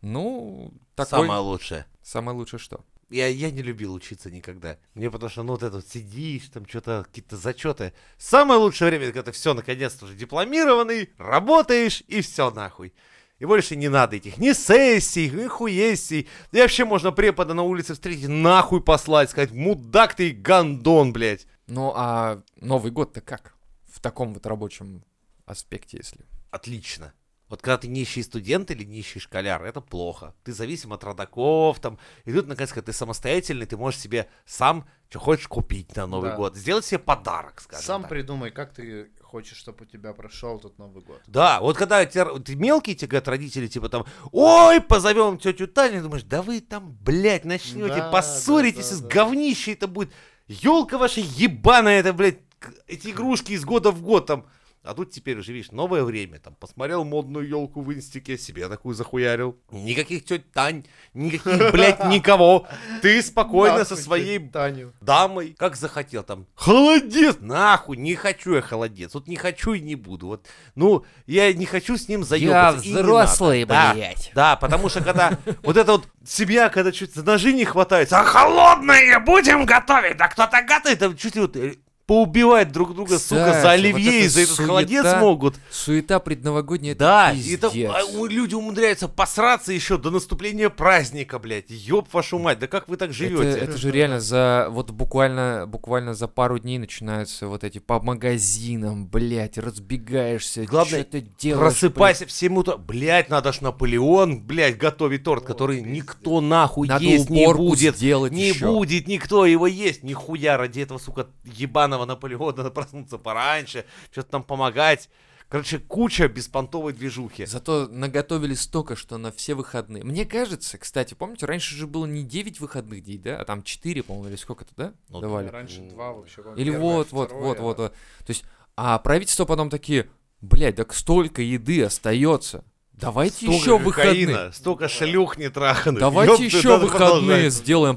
[SPEAKER 5] ну, такой...
[SPEAKER 2] Самое лучшее.
[SPEAKER 5] Самое лучшее что?
[SPEAKER 2] Я, я не любил учиться никогда. Мне потому что, ну, вот это вот сидишь, там что-то, какие-то зачеты. Самое лучшее время, это когда ты все, наконец-то, уже дипломированный, работаешь, и все нахуй. И больше не надо этих ни сессий, ни хуессий. И вообще можно препода на улице встретить, нахуй послать, сказать, мудак ты и гандон, блядь.
[SPEAKER 5] Ну, а Новый год-то как? В таком вот рабочем аспекте, если...
[SPEAKER 2] Отлично. Вот когда ты нищий студент или нищий школяр, это плохо. Ты зависим от родаков, там. И тут, наконец, когда ты самостоятельный, ты можешь себе сам, что хочешь, купить на Новый
[SPEAKER 4] Да.
[SPEAKER 2] год. Сделать себе подарок, скажем
[SPEAKER 4] Сам
[SPEAKER 2] так.
[SPEAKER 4] придумай, как ты хочешь, чтобы у тебя прошел этот Новый год.
[SPEAKER 2] Да, вот когда те- ты мелкий, тебе говорят родители, типа там, ой, позовем тетю Таню, думаешь, да вы там, блядь, начнете,
[SPEAKER 4] Да,
[SPEAKER 2] поссоритесь,
[SPEAKER 4] да, да,
[SPEAKER 2] с
[SPEAKER 4] да.
[SPEAKER 2] говнище это будет, елка ваша ебаная, это, блядь, к- эти игрушки из года в год там. А тут теперь уже, видишь, новое время, там, посмотрел модную елку в инстике, себе такую захуярил. Никаких теть Тань, никаких, блядь, никого. Ты спокойно со
[SPEAKER 4] Нахуй,
[SPEAKER 2] своей
[SPEAKER 4] Таню.
[SPEAKER 2] дамой, как захотел там. Холодец! Нахуй, не хочу я холодец. Вот не хочу и не буду. Вот, ну, я не хочу с ним заебаться. и не надо. Да, Да, потому что когда вот это вот семья, когда чуть за ножи не хватается, а холодные будем готовить, да кто-то готовит, там чуть ли вот э, поубивать друг друга, сука,
[SPEAKER 5] Кстати,
[SPEAKER 2] за оливье
[SPEAKER 5] вот
[SPEAKER 2] и за
[SPEAKER 5] эта
[SPEAKER 2] этот холодец
[SPEAKER 5] суета.
[SPEAKER 2] могут.
[SPEAKER 5] Суета предновогодняя — это
[SPEAKER 2] Да, и
[SPEAKER 5] пиздец.
[SPEAKER 2] это, а, у- люди умудряются посраться еще до наступления праздника, блядь. Ёб вашу мать, да как вы так живете?
[SPEAKER 5] Это, это же реально за вот буквально буквально за пару дней начинаются вот эти по магазинам, блядь, разбегаешься,
[SPEAKER 2] Главное,
[SPEAKER 5] что ты делаешь?
[SPEAKER 2] Просыпайся в 7 утра. Блять, надо ж Наполеон, блядь, готовить торт, который никто нахуй
[SPEAKER 5] блядь? Надо
[SPEAKER 2] есть не
[SPEAKER 5] уборку
[SPEAKER 2] будет.
[SPEAKER 5] сделать
[SPEAKER 2] Не
[SPEAKER 5] ещё.
[SPEAKER 2] будет никто его есть. Нихуя ради этого, сука, ебаного Наполеона надо проснуться пораньше, что-то там помогать. Короче, куча беспонтовой движухи.
[SPEAKER 5] Зато наготовили столько, что на все выходные. Мне кажется, кстати, помните, раньше же было не 9 выходных дней, да, а там 4, по-моему, или сколько-то, да,
[SPEAKER 2] Ну,
[SPEAKER 5] давали?
[SPEAKER 6] Раньше два вообще. по-моему,
[SPEAKER 5] Или
[SPEAKER 6] первое,
[SPEAKER 5] вот, вот,
[SPEAKER 6] второе,
[SPEAKER 5] вот, вот,
[SPEAKER 6] а
[SPEAKER 5] вот. То есть, а правительство потом такие, блядь, так столько еды остается. Давайте
[SPEAKER 2] Столько
[SPEAKER 5] еще
[SPEAKER 2] кокаина,
[SPEAKER 5] выходные.
[SPEAKER 2] Столько шлюх не траханных.
[SPEAKER 5] Давайте
[SPEAKER 2] Ёпты,
[SPEAKER 5] еще
[SPEAKER 2] надо
[SPEAKER 5] выходные
[SPEAKER 2] продолжать.
[SPEAKER 5] сделаем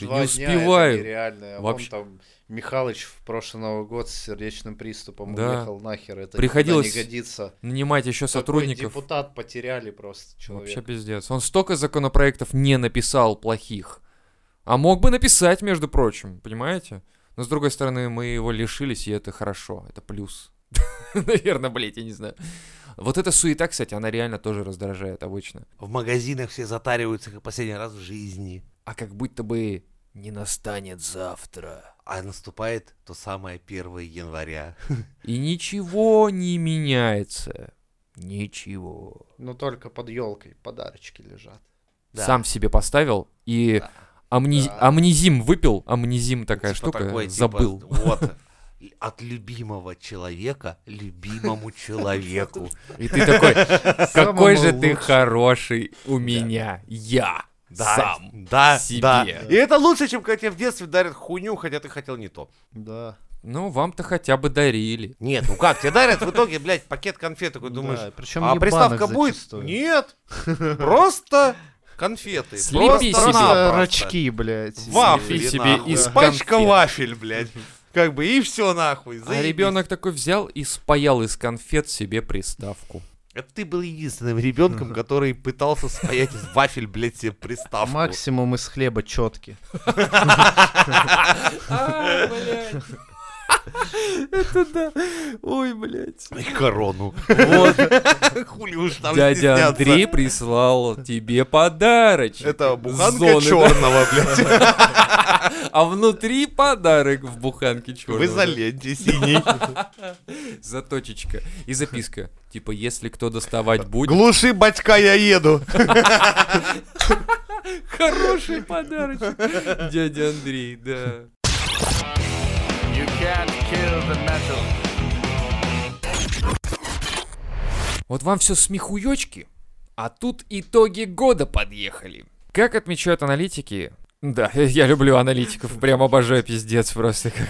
[SPEAKER 6] за
[SPEAKER 5] Не
[SPEAKER 6] два дня это
[SPEAKER 5] успеваю.
[SPEAKER 6] нереально. А
[SPEAKER 5] Вообще.
[SPEAKER 6] Вон там Михалыч в прошлый Новый год с сердечным приступом
[SPEAKER 5] Да.
[SPEAKER 6] уехал нахер. Это
[SPEAKER 5] Приходилось
[SPEAKER 6] никуда не годится.
[SPEAKER 5] Нанимать еще
[SPEAKER 6] Такой
[SPEAKER 5] сотрудников.
[SPEAKER 6] депутат потеряли просто
[SPEAKER 5] Вообще
[SPEAKER 6] человека.
[SPEAKER 5] пиздец. Он столько законопроектов не написал плохих. А мог бы написать, между прочим, понимаете? Но с другой стороны, мы его лишились, и это хорошо. Это плюс. *laughs* Наверное, блядь, я не знаю. Вот эта суета, кстати, она реально тоже раздражает обычно.
[SPEAKER 2] В магазинах все затариваются, как последний раз в жизни.
[SPEAKER 5] а как будто бы не настанет завтра.
[SPEAKER 2] А наступает то самое 1 января.
[SPEAKER 5] И ничего не меняется. Ничего.
[SPEAKER 6] Ну только под елкой подарочки лежат.
[SPEAKER 2] Да.
[SPEAKER 5] Сам себе поставил и
[SPEAKER 2] Да.
[SPEAKER 5] амни-
[SPEAKER 6] Да.
[SPEAKER 5] амнезим выпил. Амнезим такая
[SPEAKER 2] Типа
[SPEAKER 5] штука.
[SPEAKER 2] такое, типа,
[SPEAKER 5] забыл. *laughs*
[SPEAKER 2] Вот. От любимого человека любимому человеку.
[SPEAKER 5] И ты
[SPEAKER 2] *laughs*
[SPEAKER 5] такой, какой
[SPEAKER 6] Самому
[SPEAKER 5] же ты
[SPEAKER 6] лучшему.
[SPEAKER 5] хороший у меня. Я.
[SPEAKER 2] Да,
[SPEAKER 5] Сам.
[SPEAKER 2] да,
[SPEAKER 5] себе.
[SPEAKER 2] да. И это лучше, чем когда тебе в детстве дарят хуйню, хотя ты хотел не то.
[SPEAKER 6] Да.
[SPEAKER 5] Ну, вам-то хотя бы дарили.
[SPEAKER 2] Нет, ну как, тебе дарят в итоге, блядь, пакет конфет, такой думаешь,
[SPEAKER 4] причем
[SPEAKER 2] а приставка будет?
[SPEAKER 5] *laughs*
[SPEAKER 2] Нет, просто конфеты.
[SPEAKER 5] Слепи
[SPEAKER 2] просто
[SPEAKER 5] себе.
[SPEAKER 2] напросто.
[SPEAKER 4] Просто рачки, блядь.
[SPEAKER 2] Вафли,
[SPEAKER 5] Слепи себе
[SPEAKER 2] нахуй.
[SPEAKER 5] из
[SPEAKER 2] Пачка
[SPEAKER 5] конфет.
[SPEAKER 2] вафель, блядь. Как бы и все нахуй.
[SPEAKER 5] А
[SPEAKER 2] заебись.
[SPEAKER 5] ребенок такой взял и спаял из конфет себе приставку.
[SPEAKER 2] Это ты был единственным *laughs* ребенком, который пытался спаять из вафель, блядь, себе приставку.
[SPEAKER 4] Максимум из хлеба четки.
[SPEAKER 5] А, блядь. *laughs* Это да. Ой, блядь.
[SPEAKER 2] И корону.
[SPEAKER 5] Вот,
[SPEAKER 2] *laughs* Хули уж там
[SPEAKER 5] дядя
[SPEAKER 2] стесняться.
[SPEAKER 5] Андрей прислал тебе подарочек.
[SPEAKER 2] Это буханка
[SPEAKER 5] Зоны,
[SPEAKER 2] черного, блядь.
[SPEAKER 5] А внутри подарок в буханке черного.
[SPEAKER 2] Вы заленьте синий. *laughs*
[SPEAKER 5] Заточечка. И записка. Типа, если кто доставать будет...
[SPEAKER 2] Глуши, батька, я еду.
[SPEAKER 5] Хороший подарочек. Дядя Андрей, да. Вот вам все смехуёчки, а тут итоги года подъехали. Как отмечают аналитики, да, *laughs* я люблю аналитиков, прям обожаю пиздец просто как.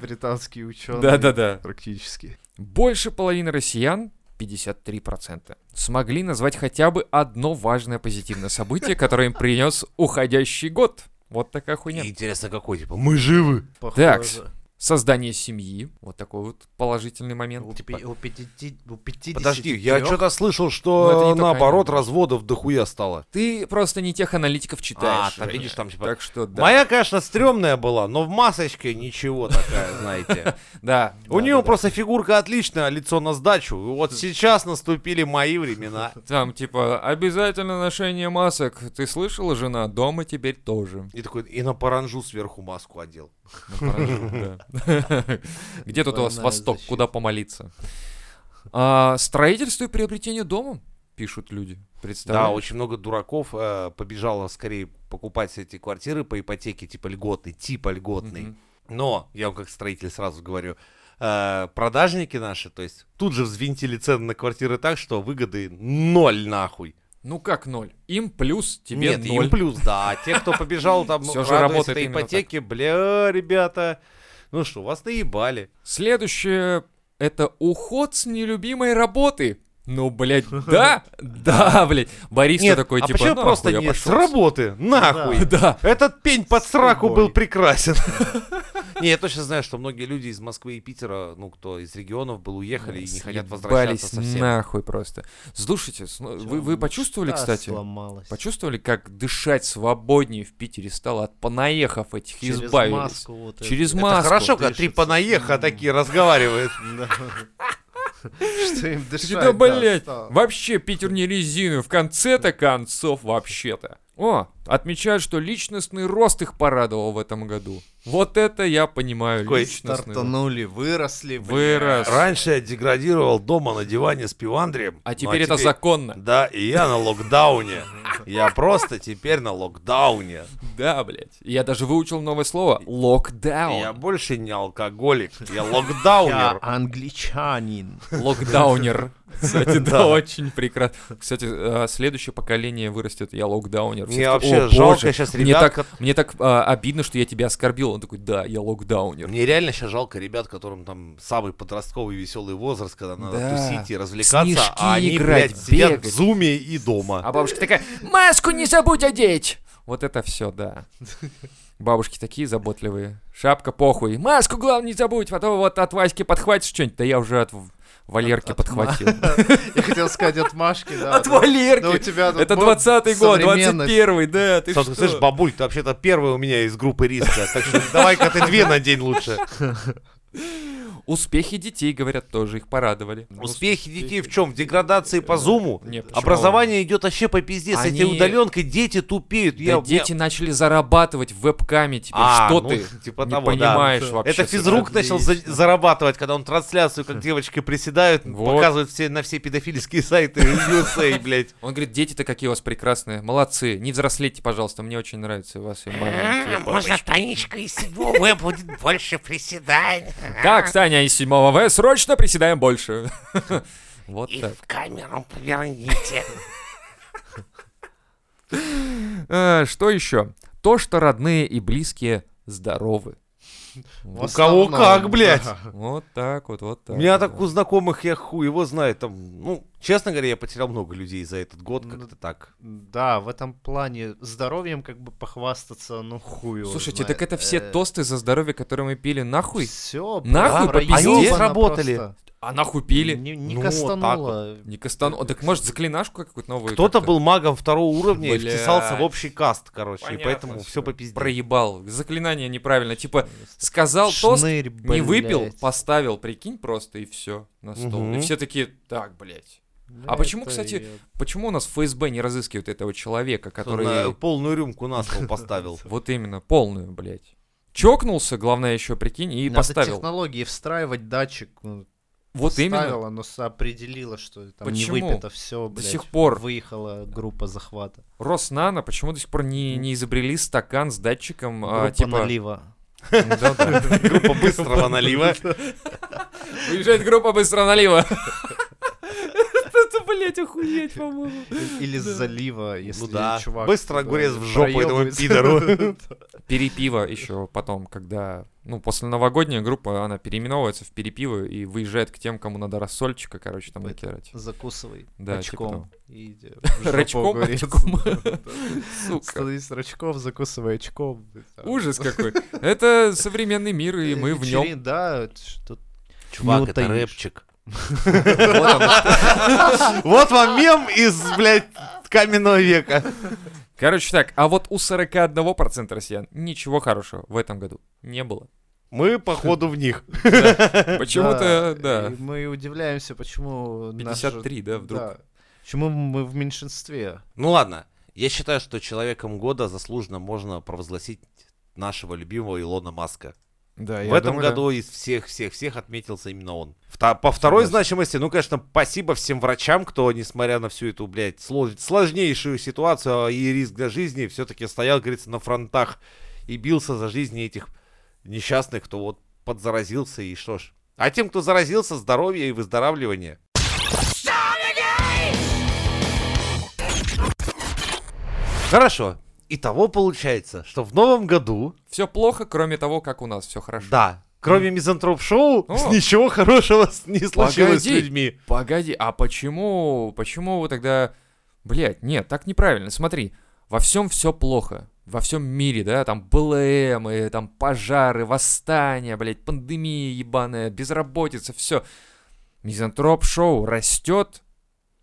[SPEAKER 4] Британские ученые.
[SPEAKER 5] Да-да-да.
[SPEAKER 4] Практически.
[SPEAKER 5] Больше половины россиян, 53%, смогли назвать хотя бы одно важное позитивное событие, которое им принес уходящий год. Вот такая хуйня.
[SPEAKER 2] Интересно, какой, типа, мы живы.
[SPEAKER 5] Такс. Создание семьи. Вот такой вот положительный момент.
[SPEAKER 2] Ну,
[SPEAKER 4] У
[SPEAKER 5] Типа,
[SPEAKER 4] пи- у пяти- у 53
[SPEAKER 2] Подожди, я что-то слышал,
[SPEAKER 5] Ну, это не
[SPEAKER 2] что
[SPEAKER 5] только
[SPEAKER 2] наоборот
[SPEAKER 5] они.
[SPEAKER 2] разводов дохуя стало.
[SPEAKER 5] Ты просто не тех аналитиков читаешь.
[SPEAKER 2] А, там, видишь, там, типа,
[SPEAKER 5] Так что да.
[SPEAKER 2] Моя, конечно, стрёмная была, но в масочке ничего такая, *laughs* знаете.
[SPEAKER 5] Да.
[SPEAKER 2] У
[SPEAKER 5] да,
[SPEAKER 2] нее
[SPEAKER 5] да, да.
[SPEAKER 2] просто фигурка отличная, а лицо на сдачу. И *laughs* Вот сейчас наступили мои времена.
[SPEAKER 5] Там типа обязательно ношение масок. Ты слышала, жена? Дома теперь тоже.
[SPEAKER 2] И такой, и на паранжу сверху маску одел.
[SPEAKER 5] Ну, поражен, да. *laughs* Где тут у вас
[SPEAKER 4] Двойная
[SPEAKER 5] восток?
[SPEAKER 4] защита.
[SPEAKER 5] Куда помолиться? А, Строительство и приобретение дома, пишут люди.
[SPEAKER 2] Да,
[SPEAKER 5] Представляешь?
[SPEAKER 2] очень много дураков э, побежало скорее покупать эти квартиры по ипотеке, типа льготный, типа льготный.
[SPEAKER 5] Мгм.
[SPEAKER 2] Но, я вам как строитель сразу говорю, э, продажники наши, то есть, тут же взвинтили цены на квартиры так, что выгоды ноль нахуй.
[SPEAKER 5] Ну как ноль? Им плюс, тебе
[SPEAKER 2] Нет,
[SPEAKER 5] ноль.
[SPEAKER 2] им плюс, да. А те, кто побежал там,
[SPEAKER 5] Всё же
[SPEAKER 2] радуясь
[SPEAKER 5] работает
[SPEAKER 2] этой
[SPEAKER 5] именно так.
[SPEAKER 2] ипотеке, бля, ребята, ну что, вас наебали.
[SPEAKER 5] Следующее — это уход с нелюбимой работы. Ну, блядь, да, да, блядь. Борис
[SPEAKER 2] Нет,
[SPEAKER 5] такой,
[SPEAKER 2] а
[SPEAKER 5] типа,
[SPEAKER 2] почему
[SPEAKER 5] «Нахуй
[SPEAKER 2] просто
[SPEAKER 5] я
[SPEAKER 2] нет? С
[SPEAKER 5] пошёл».
[SPEAKER 2] работы, нахуй.
[SPEAKER 5] Да,
[SPEAKER 2] Этот пень под сраку
[SPEAKER 4] тобой.
[SPEAKER 2] был прекрасен. *laughs* Не, я точно знаю, что многие люди из Москвы и Питера, ну, кто из регионов был, уехали и не хотят возвращаться
[SPEAKER 5] Съебались
[SPEAKER 2] совсем.
[SPEAKER 5] нахуй просто. Слушайте, с- ну, вы, вы почувствовали,
[SPEAKER 4] Мечта
[SPEAKER 5] кстати?
[SPEAKER 4] сломалась.
[SPEAKER 5] Почувствовали, как дышать свободнее в Питере стало от понаехав этих
[SPEAKER 4] Через
[SPEAKER 5] избавились?
[SPEAKER 4] маску вот эту.
[SPEAKER 5] Через маску.
[SPEAKER 2] Это хорошо, когда три
[SPEAKER 4] дышится.
[SPEAKER 2] понаеха такие разговаривают.
[SPEAKER 4] Да. Что им дышать?
[SPEAKER 5] Да, блядь,
[SPEAKER 4] стало.
[SPEAKER 5] вообще Питер не резину, в конце-то концов вообще-то. О, Отмечают, что личностный рост их порадовал в этом году. Вот это я понимаю.
[SPEAKER 7] Какой
[SPEAKER 5] личностный рост. А
[SPEAKER 4] Стартанули, выросли. блин.
[SPEAKER 5] Вырос.
[SPEAKER 2] Раньше я деградировал дома на диване с пивандрием.
[SPEAKER 5] А
[SPEAKER 2] ну,
[SPEAKER 5] теперь это законно.
[SPEAKER 2] Да, и я на *laughs* локдауне. Я просто теперь на локдауне.
[SPEAKER 5] Да, блядь. Я даже выучил новое слово. Локдаун.
[SPEAKER 2] Я больше не алкоголик, я
[SPEAKER 4] Я
[SPEAKER 2] локдаунер.
[SPEAKER 4] англичанин.
[SPEAKER 5] *laughs* Локдаунер. Кстати, да, очень прекрасно. Кстати, э, следующее поколение вырастет, я локдаунер. Все
[SPEAKER 2] Мне
[SPEAKER 5] такие,
[SPEAKER 2] вообще
[SPEAKER 5] «О,
[SPEAKER 2] жалко
[SPEAKER 5] боже,
[SPEAKER 2] сейчас
[SPEAKER 5] Мне
[SPEAKER 2] ребят,
[SPEAKER 5] так, мне так э, обидно, что я тебя оскорбил. Он такой, да, я локдаунер.
[SPEAKER 2] Мне реально сейчас жалко ребят, которым там самый подростковый веселый возраст, когда надо
[SPEAKER 5] Да.
[SPEAKER 2] тусить и развлекаться,
[SPEAKER 5] Снежки
[SPEAKER 2] а они,
[SPEAKER 5] играть,
[SPEAKER 2] блядь, сидят в
[SPEAKER 5] бегать.
[SPEAKER 2] зуме и дома.
[SPEAKER 5] А бабушка такая, маску не забудь одеть. Вот это все, да. Бабушки такие заботливые. Шапка похуй. Маску, главное, не забудь, а то вот от Васьки подхватишь что-нибудь. Да я уже от В- Валерки подхватил.
[SPEAKER 4] Я хотел сказать от Машки, да.
[SPEAKER 5] От
[SPEAKER 4] да.
[SPEAKER 5] Валерки!
[SPEAKER 4] Да у тебя тут
[SPEAKER 5] Это
[SPEAKER 4] мод-
[SPEAKER 5] 20-й год,
[SPEAKER 4] современность.
[SPEAKER 5] 21-й, да, ты
[SPEAKER 2] Саш,
[SPEAKER 5] что?
[SPEAKER 2] ты слышишь, бабуль, ты вообще-то первая у меня из группы риска, так что давай-ка ты две на день
[SPEAKER 5] *laughs*
[SPEAKER 2] лучше.
[SPEAKER 5] Успехи детей, говорят, тоже их порадовали.
[SPEAKER 2] Успехи детей в чем? В деградации по зуму?
[SPEAKER 5] Не, почему?
[SPEAKER 2] Образование идет вообще по пизде. С этой
[SPEAKER 5] Они-
[SPEAKER 2] удаленкой дети тупеют.
[SPEAKER 5] Да
[SPEAKER 2] Я-
[SPEAKER 5] дети начали зарабатывать вебками теперь.
[SPEAKER 2] А,
[SPEAKER 5] что
[SPEAKER 2] ну,
[SPEAKER 5] ты
[SPEAKER 2] *laughs* типа
[SPEAKER 5] не
[SPEAKER 2] того, да.
[SPEAKER 5] понимаешь
[SPEAKER 2] я-
[SPEAKER 5] вообще?
[SPEAKER 2] Это физрук начал за- зарабатывать, когда он трансляцию,
[SPEAKER 5] *laughs*
[SPEAKER 2] как девочки приседают,
[SPEAKER 5] Вот.
[SPEAKER 2] показывает все, на все педофильские *laughs* сайты
[SPEAKER 5] *laughs*
[SPEAKER 2] USA, блядь.
[SPEAKER 5] Он говорит, дети-то какие у вас прекрасные, молодцы, не взрослейте, пожалуйста, мне очень нравится вас. и маленькие».
[SPEAKER 8] Можно страничка из седьмого *laughs* Б будет больше приседаний.
[SPEAKER 5] Так, Саня из 7 В, срочно приседаем больше. *laughs* Вот
[SPEAKER 8] И
[SPEAKER 5] так.
[SPEAKER 8] в камеру поверните.
[SPEAKER 5] *laughs* Э, Что еще? То, что родные и близкие здоровы.
[SPEAKER 4] В
[SPEAKER 2] У кого
[SPEAKER 4] основном,
[SPEAKER 2] как, блядь.
[SPEAKER 4] да.
[SPEAKER 5] Вот так вот, вот так.
[SPEAKER 2] У меня
[SPEAKER 5] вот,
[SPEAKER 2] так
[SPEAKER 5] да.
[SPEAKER 2] у знакомых, я хуй его знает, там, ну, честно говоря, я потерял много людей за этот год,
[SPEAKER 4] Ну,
[SPEAKER 2] как-то так.
[SPEAKER 4] Да, в этом плане здоровьем как бы похвастаться, ну Э, хуй.
[SPEAKER 5] Слушайте, так это все тосты за здоровье, которые мы пили, нахуй?
[SPEAKER 4] Все,
[SPEAKER 5] Нахуй попиздели?
[SPEAKER 2] Они сработали.
[SPEAKER 5] А нахуй пили?
[SPEAKER 4] Не, не
[SPEAKER 2] Ну,
[SPEAKER 4] кастануло.
[SPEAKER 5] Не кастан... О, Так может заклинашку какую-то новую?
[SPEAKER 2] Кто-то
[SPEAKER 5] как-то?
[SPEAKER 2] был магом второго уровня и
[SPEAKER 5] Блядь.
[SPEAKER 2] вписался в общий каст, короче, и поэтому все по пизде.
[SPEAKER 5] проебал. Заклинание неправильно. Типа, сказал тост,
[SPEAKER 4] Шнырь,
[SPEAKER 5] не выпил, А
[SPEAKER 4] блядь.
[SPEAKER 5] поставил, прикинь, просто и все на стол.
[SPEAKER 2] Мгм.
[SPEAKER 5] И все такие, так, блядь.
[SPEAKER 4] Да,
[SPEAKER 5] А почему,
[SPEAKER 4] это
[SPEAKER 5] кстати,
[SPEAKER 4] я-
[SPEAKER 5] почему у нас ФСБ не разыскивает этого человека, который...
[SPEAKER 2] Полную рюмку на
[SPEAKER 5] *laughs*
[SPEAKER 2] стол поставил.
[SPEAKER 5] Вот именно, полную, блядь. Чокнулся, главное, еще прикинь, и
[SPEAKER 4] Надо
[SPEAKER 5] поставил.
[SPEAKER 4] технологии встраивать датчик. ну,
[SPEAKER 5] Вот именно.
[SPEAKER 4] вставило, но со- определило, что там не
[SPEAKER 5] Почему?
[SPEAKER 4] выпито все, блядь.
[SPEAKER 5] сих пор.
[SPEAKER 4] Выехала группа захвата.
[SPEAKER 5] Роснано почему до сих пор не, не изобрели стакан с датчиком, а,
[SPEAKER 4] Группа
[SPEAKER 5] типа...
[SPEAKER 4] налива.
[SPEAKER 5] Да-да.
[SPEAKER 2] Группа быстрого налива.
[SPEAKER 5] Ну, Выезжает группа быстро налива. *laughs* Это, блядь, охуеть, по-моему.
[SPEAKER 4] *laughs* Или залива, если
[SPEAKER 2] Ну да.
[SPEAKER 4] чувак...
[SPEAKER 2] Быстро
[SPEAKER 4] типа,
[SPEAKER 2] огурец в жопу этому
[SPEAKER 4] проебывается. *laughs*
[SPEAKER 2] пидору.
[SPEAKER 5] Перепиво еще потом, когда... Ну, после новогодняя группа, она переименовывается в перепиво и выезжает к тем, кому надо рассольчика, короче, там
[SPEAKER 4] Это-
[SPEAKER 5] накирать.
[SPEAKER 4] Закусывай
[SPEAKER 5] Да, типа
[SPEAKER 4] очком. и иди
[SPEAKER 5] *laughs*
[SPEAKER 4] в жопу
[SPEAKER 5] Рачком,
[SPEAKER 4] огурец.
[SPEAKER 5] очком.
[SPEAKER 4] Да.
[SPEAKER 5] Сука.
[SPEAKER 4] Становись рачком, закусывай очком. Да.
[SPEAKER 5] Ужас какой. Это современный мир, и
[SPEAKER 4] Э,
[SPEAKER 5] мы в нем.
[SPEAKER 4] вечерин- Да, что
[SPEAKER 2] Чувак,
[SPEAKER 4] Не
[SPEAKER 2] это
[SPEAKER 4] утаишь.
[SPEAKER 2] рэпчик. *laughs* Вот вам мем из, блядь, каменного века.
[SPEAKER 5] Короче так, а вот у 41% россиян ничего хорошего в этом году не было.
[SPEAKER 2] Мы, походу, в них.
[SPEAKER 5] Почему-то, да.
[SPEAKER 4] и мы удивляемся, почему... наши-
[SPEAKER 5] 53, да, вдруг.
[SPEAKER 4] Почему мы в меньшинстве?
[SPEAKER 2] Ну ладно, я считаю, что человеком года заслуженно можно провозгласить нашего любимого Илона Маска.
[SPEAKER 5] Да,
[SPEAKER 2] в этом году из всех-всех-всех отметился именно он. Вта- по второй значимости, ну, конечно, спасибо всем врачам, кто, несмотря на всю эту, блядь, сло- сложнейшую ситуацию а, и риск для жизни, все-таки стоял, говорится, на фронтах и бился за жизни этих несчастных, кто вот подзаразился и что ж. А тем, кто заразился, здоровье и выздоравливание. Хорошо. Итого получается, что в новом году
[SPEAKER 5] Все плохо, кроме того, как у нас все хорошо.
[SPEAKER 2] да. Кроме мизантроп-шоу,
[SPEAKER 5] О.
[SPEAKER 2] ничего хорошего с- не случилось с
[SPEAKER 5] Погоди.
[SPEAKER 2] людьми.
[SPEAKER 5] Погоди, а почему, почему вы тогда... Блять, нет, так неправильно. Смотри, во всем все плохо. Во всем мире, да, там БЛМ, и там пожары, восстания, блять, пандемия ебаная, безработица, все. Мизантроп-шоу растет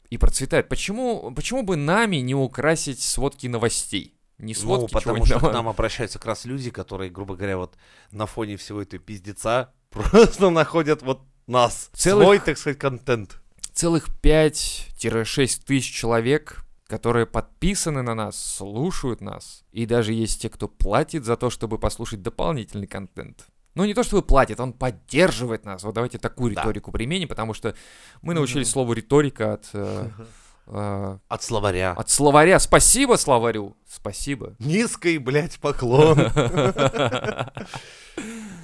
[SPEAKER 5] и процветает. Почему, почему бы нами не украсить сводки новостей? Не
[SPEAKER 2] Ну,
[SPEAKER 5] сводки,
[SPEAKER 2] потому
[SPEAKER 5] чего-нибудь
[SPEAKER 2] что к
[SPEAKER 5] *laughs* там, а
[SPEAKER 2] нам обращаются как раз люди, которые, грубо говоря, вот на фоне всего этого пиздеца *laughs* просто находят вот нас.
[SPEAKER 5] Целых-
[SPEAKER 2] Свой, так сказать, контент.
[SPEAKER 5] целых 5-6 тысяч человек которые подписаны на нас, слушают нас. И даже есть те, кто платит за то, чтобы послушать дополнительный контент. Ну, не то, чтобы платит, он поддерживает нас. Вот давайте такую
[SPEAKER 2] Да.
[SPEAKER 5] риторику применим, потому что мы научились слову риторика от,
[SPEAKER 2] *laughs*
[SPEAKER 5] э, э,
[SPEAKER 2] От словаря.
[SPEAKER 5] от словаря. Спасибо словарю. Спасибо.
[SPEAKER 2] Низкий, блядь,
[SPEAKER 5] *laughs*
[SPEAKER 2] поклон. *laughs*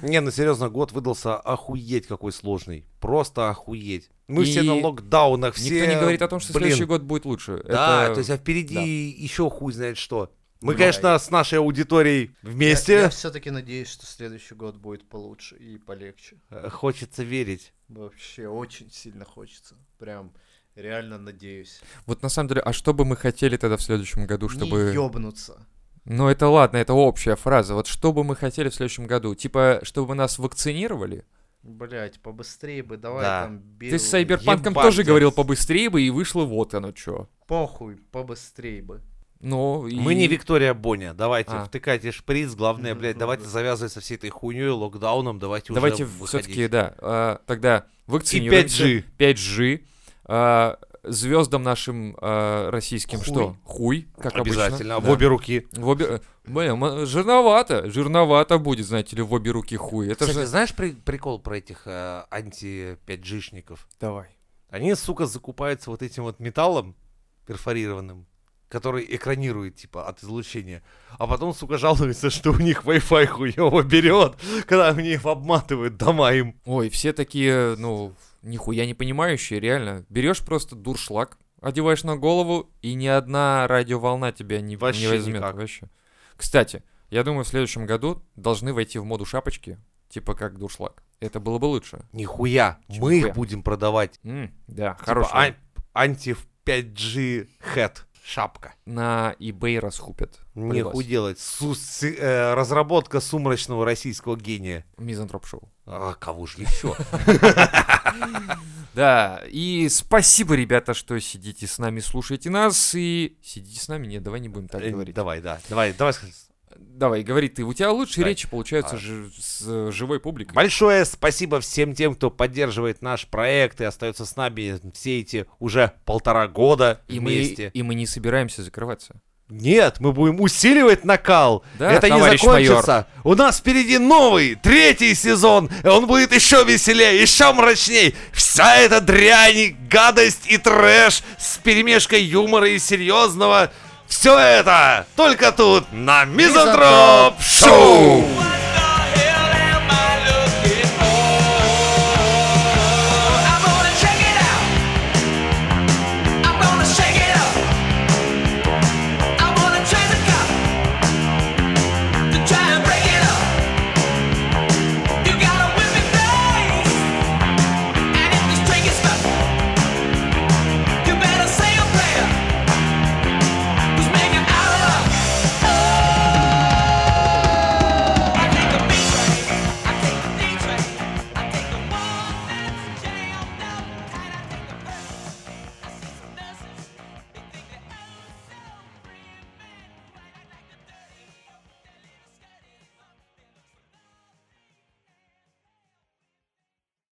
[SPEAKER 2] Не, ну серьезно, год выдался охуеть какой сложный. Просто охуеть. Мы
[SPEAKER 5] И
[SPEAKER 2] все на локдаунах, все...
[SPEAKER 5] Никто не говорит о том, что
[SPEAKER 2] блин,
[SPEAKER 5] следующий год будет лучше.
[SPEAKER 2] Да,
[SPEAKER 5] Это-
[SPEAKER 2] то есть, а впереди
[SPEAKER 5] да.
[SPEAKER 2] еще хуй знает что. Мы,
[SPEAKER 4] Ну,
[SPEAKER 2] конечно,
[SPEAKER 4] да.
[SPEAKER 2] с нашей аудиторией
[SPEAKER 4] Я,
[SPEAKER 2] вместе.
[SPEAKER 4] все-таки надеюсь, что следующий год будет получше и полегче.
[SPEAKER 2] Э, Хочется верить.
[SPEAKER 4] Вообще очень сильно хочется. Прям реально надеюсь.
[SPEAKER 5] Вот на самом деле, а что бы мы хотели тогда в следующем году, чтобы...
[SPEAKER 4] Не ёбнуться.
[SPEAKER 5] Ну это ладно, это общая фраза. Вот что бы мы хотели в следующем году? Типа, чтобы нас вакцинировали?
[SPEAKER 4] Блять, побыстрее бы, давай
[SPEAKER 2] Да.
[SPEAKER 4] там бей.
[SPEAKER 5] Ты с Сайберпанком
[SPEAKER 2] ебать,
[SPEAKER 5] тоже
[SPEAKER 2] блядь.
[SPEAKER 5] говорил побыстрее бы, и вышло вот оно что.
[SPEAKER 4] Похуй, побыстрее бы.
[SPEAKER 5] Ну, и...
[SPEAKER 2] Мы не Виктория Боня. Давайте,
[SPEAKER 5] А.
[SPEAKER 2] втыкайте шприц. Главное, блядь, давайте завязывать со всей этой хуйней, локдауном. Давайте,
[SPEAKER 5] Давайте
[SPEAKER 2] уже
[SPEAKER 5] все-таки,
[SPEAKER 2] выходить.
[SPEAKER 5] да, а, тогда
[SPEAKER 2] И
[SPEAKER 5] вакцинируемся.
[SPEAKER 2] 5G.
[SPEAKER 5] 5G. звездам нашим а, российским что? Хуй, как
[SPEAKER 2] Обязательно.
[SPEAKER 5] обычно.
[SPEAKER 2] В обе руки.
[SPEAKER 5] Да. В обе- э, Блин, м- жирновато, жирновато будет, знаете ли, в обе руки хуй. Это
[SPEAKER 2] Кстати,
[SPEAKER 5] же...
[SPEAKER 2] знаешь при- прикол про этих э, анти-5Gшников?
[SPEAKER 5] Давай.
[SPEAKER 2] Они, сука, закупаются вот этим вот металлом перфорированным, который экранирует, типа, от излучения. А потом, сука, *laughs* жалуются, что у них Wi-Fi хуёво берет, когда у них обматывают дома им.
[SPEAKER 5] Ой, все такие, ну, нихуя не понимающие, реально. Берешь просто дуршлаг, одеваешь на голову, и ни одна радиоволна тебя не, не
[SPEAKER 2] Вообще
[SPEAKER 5] возьмет.
[SPEAKER 2] никак.
[SPEAKER 5] Вообще. Кстати, я думаю, в следующем году должны войти в моду шапочки, типа как дуршлаг. Это было бы лучше.
[SPEAKER 2] Нихуя.
[SPEAKER 5] Чё
[SPEAKER 2] Мы
[SPEAKER 5] нихуя?
[SPEAKER 2] их будем продавать.
[SPEAKER 5] М, да,
[SPEAKER 2] Типа,
[SPEAKER 5] хороший.
[SPEAKER 2] ан- Анти-5G хэт. Шапка.
[SPEAKER 5] На eBay расхупят.
[SPEAKER 2] Нихуй делать. Су- с- э, разработка сумрачного российского гения.
[SPEAKER 5] Мизантроп-шоу.
[SPEAKER 2] А кого же еще?
[SPEAKER 5] Да, и спасибо, ребята, что сидите с нами, слушаете нас, и сидите с нами. Нет, давай не будем так
[SPEAKER 2] Э,
[SPEAKER 5] говорить.
[SPEAKER 2] Давай, да. Давай, давай. с-
[SPEAKER 5] Давай, говори ты. У тебя лучшие
[SPEAKER 2] Давай.
[SPEAKER 5] речи получаются
[SPEAKER 2] А.
[SPEAKER 5] жи- с э, живой публикой.
[SPEAKER 2] Большое спасибо всем тем, кто поддерживает наш проект и остается с нами все эти уже полтора года
[SPEAKER 5] И мы,
[SPEAKER 2] вместе.
[SPEAKER 5] и мы не собираемся закрываться.
[SPEAKER 2] Нет, мы будем усиливать накал.
[SPEAKER 5] Да,
[SPEAKER 2] Это не
[SPEAKER 5] товарищ
[SPEAKER 2] закончится. У нас впереди новый, третий сезон. и Он будет еще веселее, еще мрачней. Вся эта дрянь, гадость и трэш с перемешкой юмора и серьезного. Все это только тут, на Мизантроп Шоу!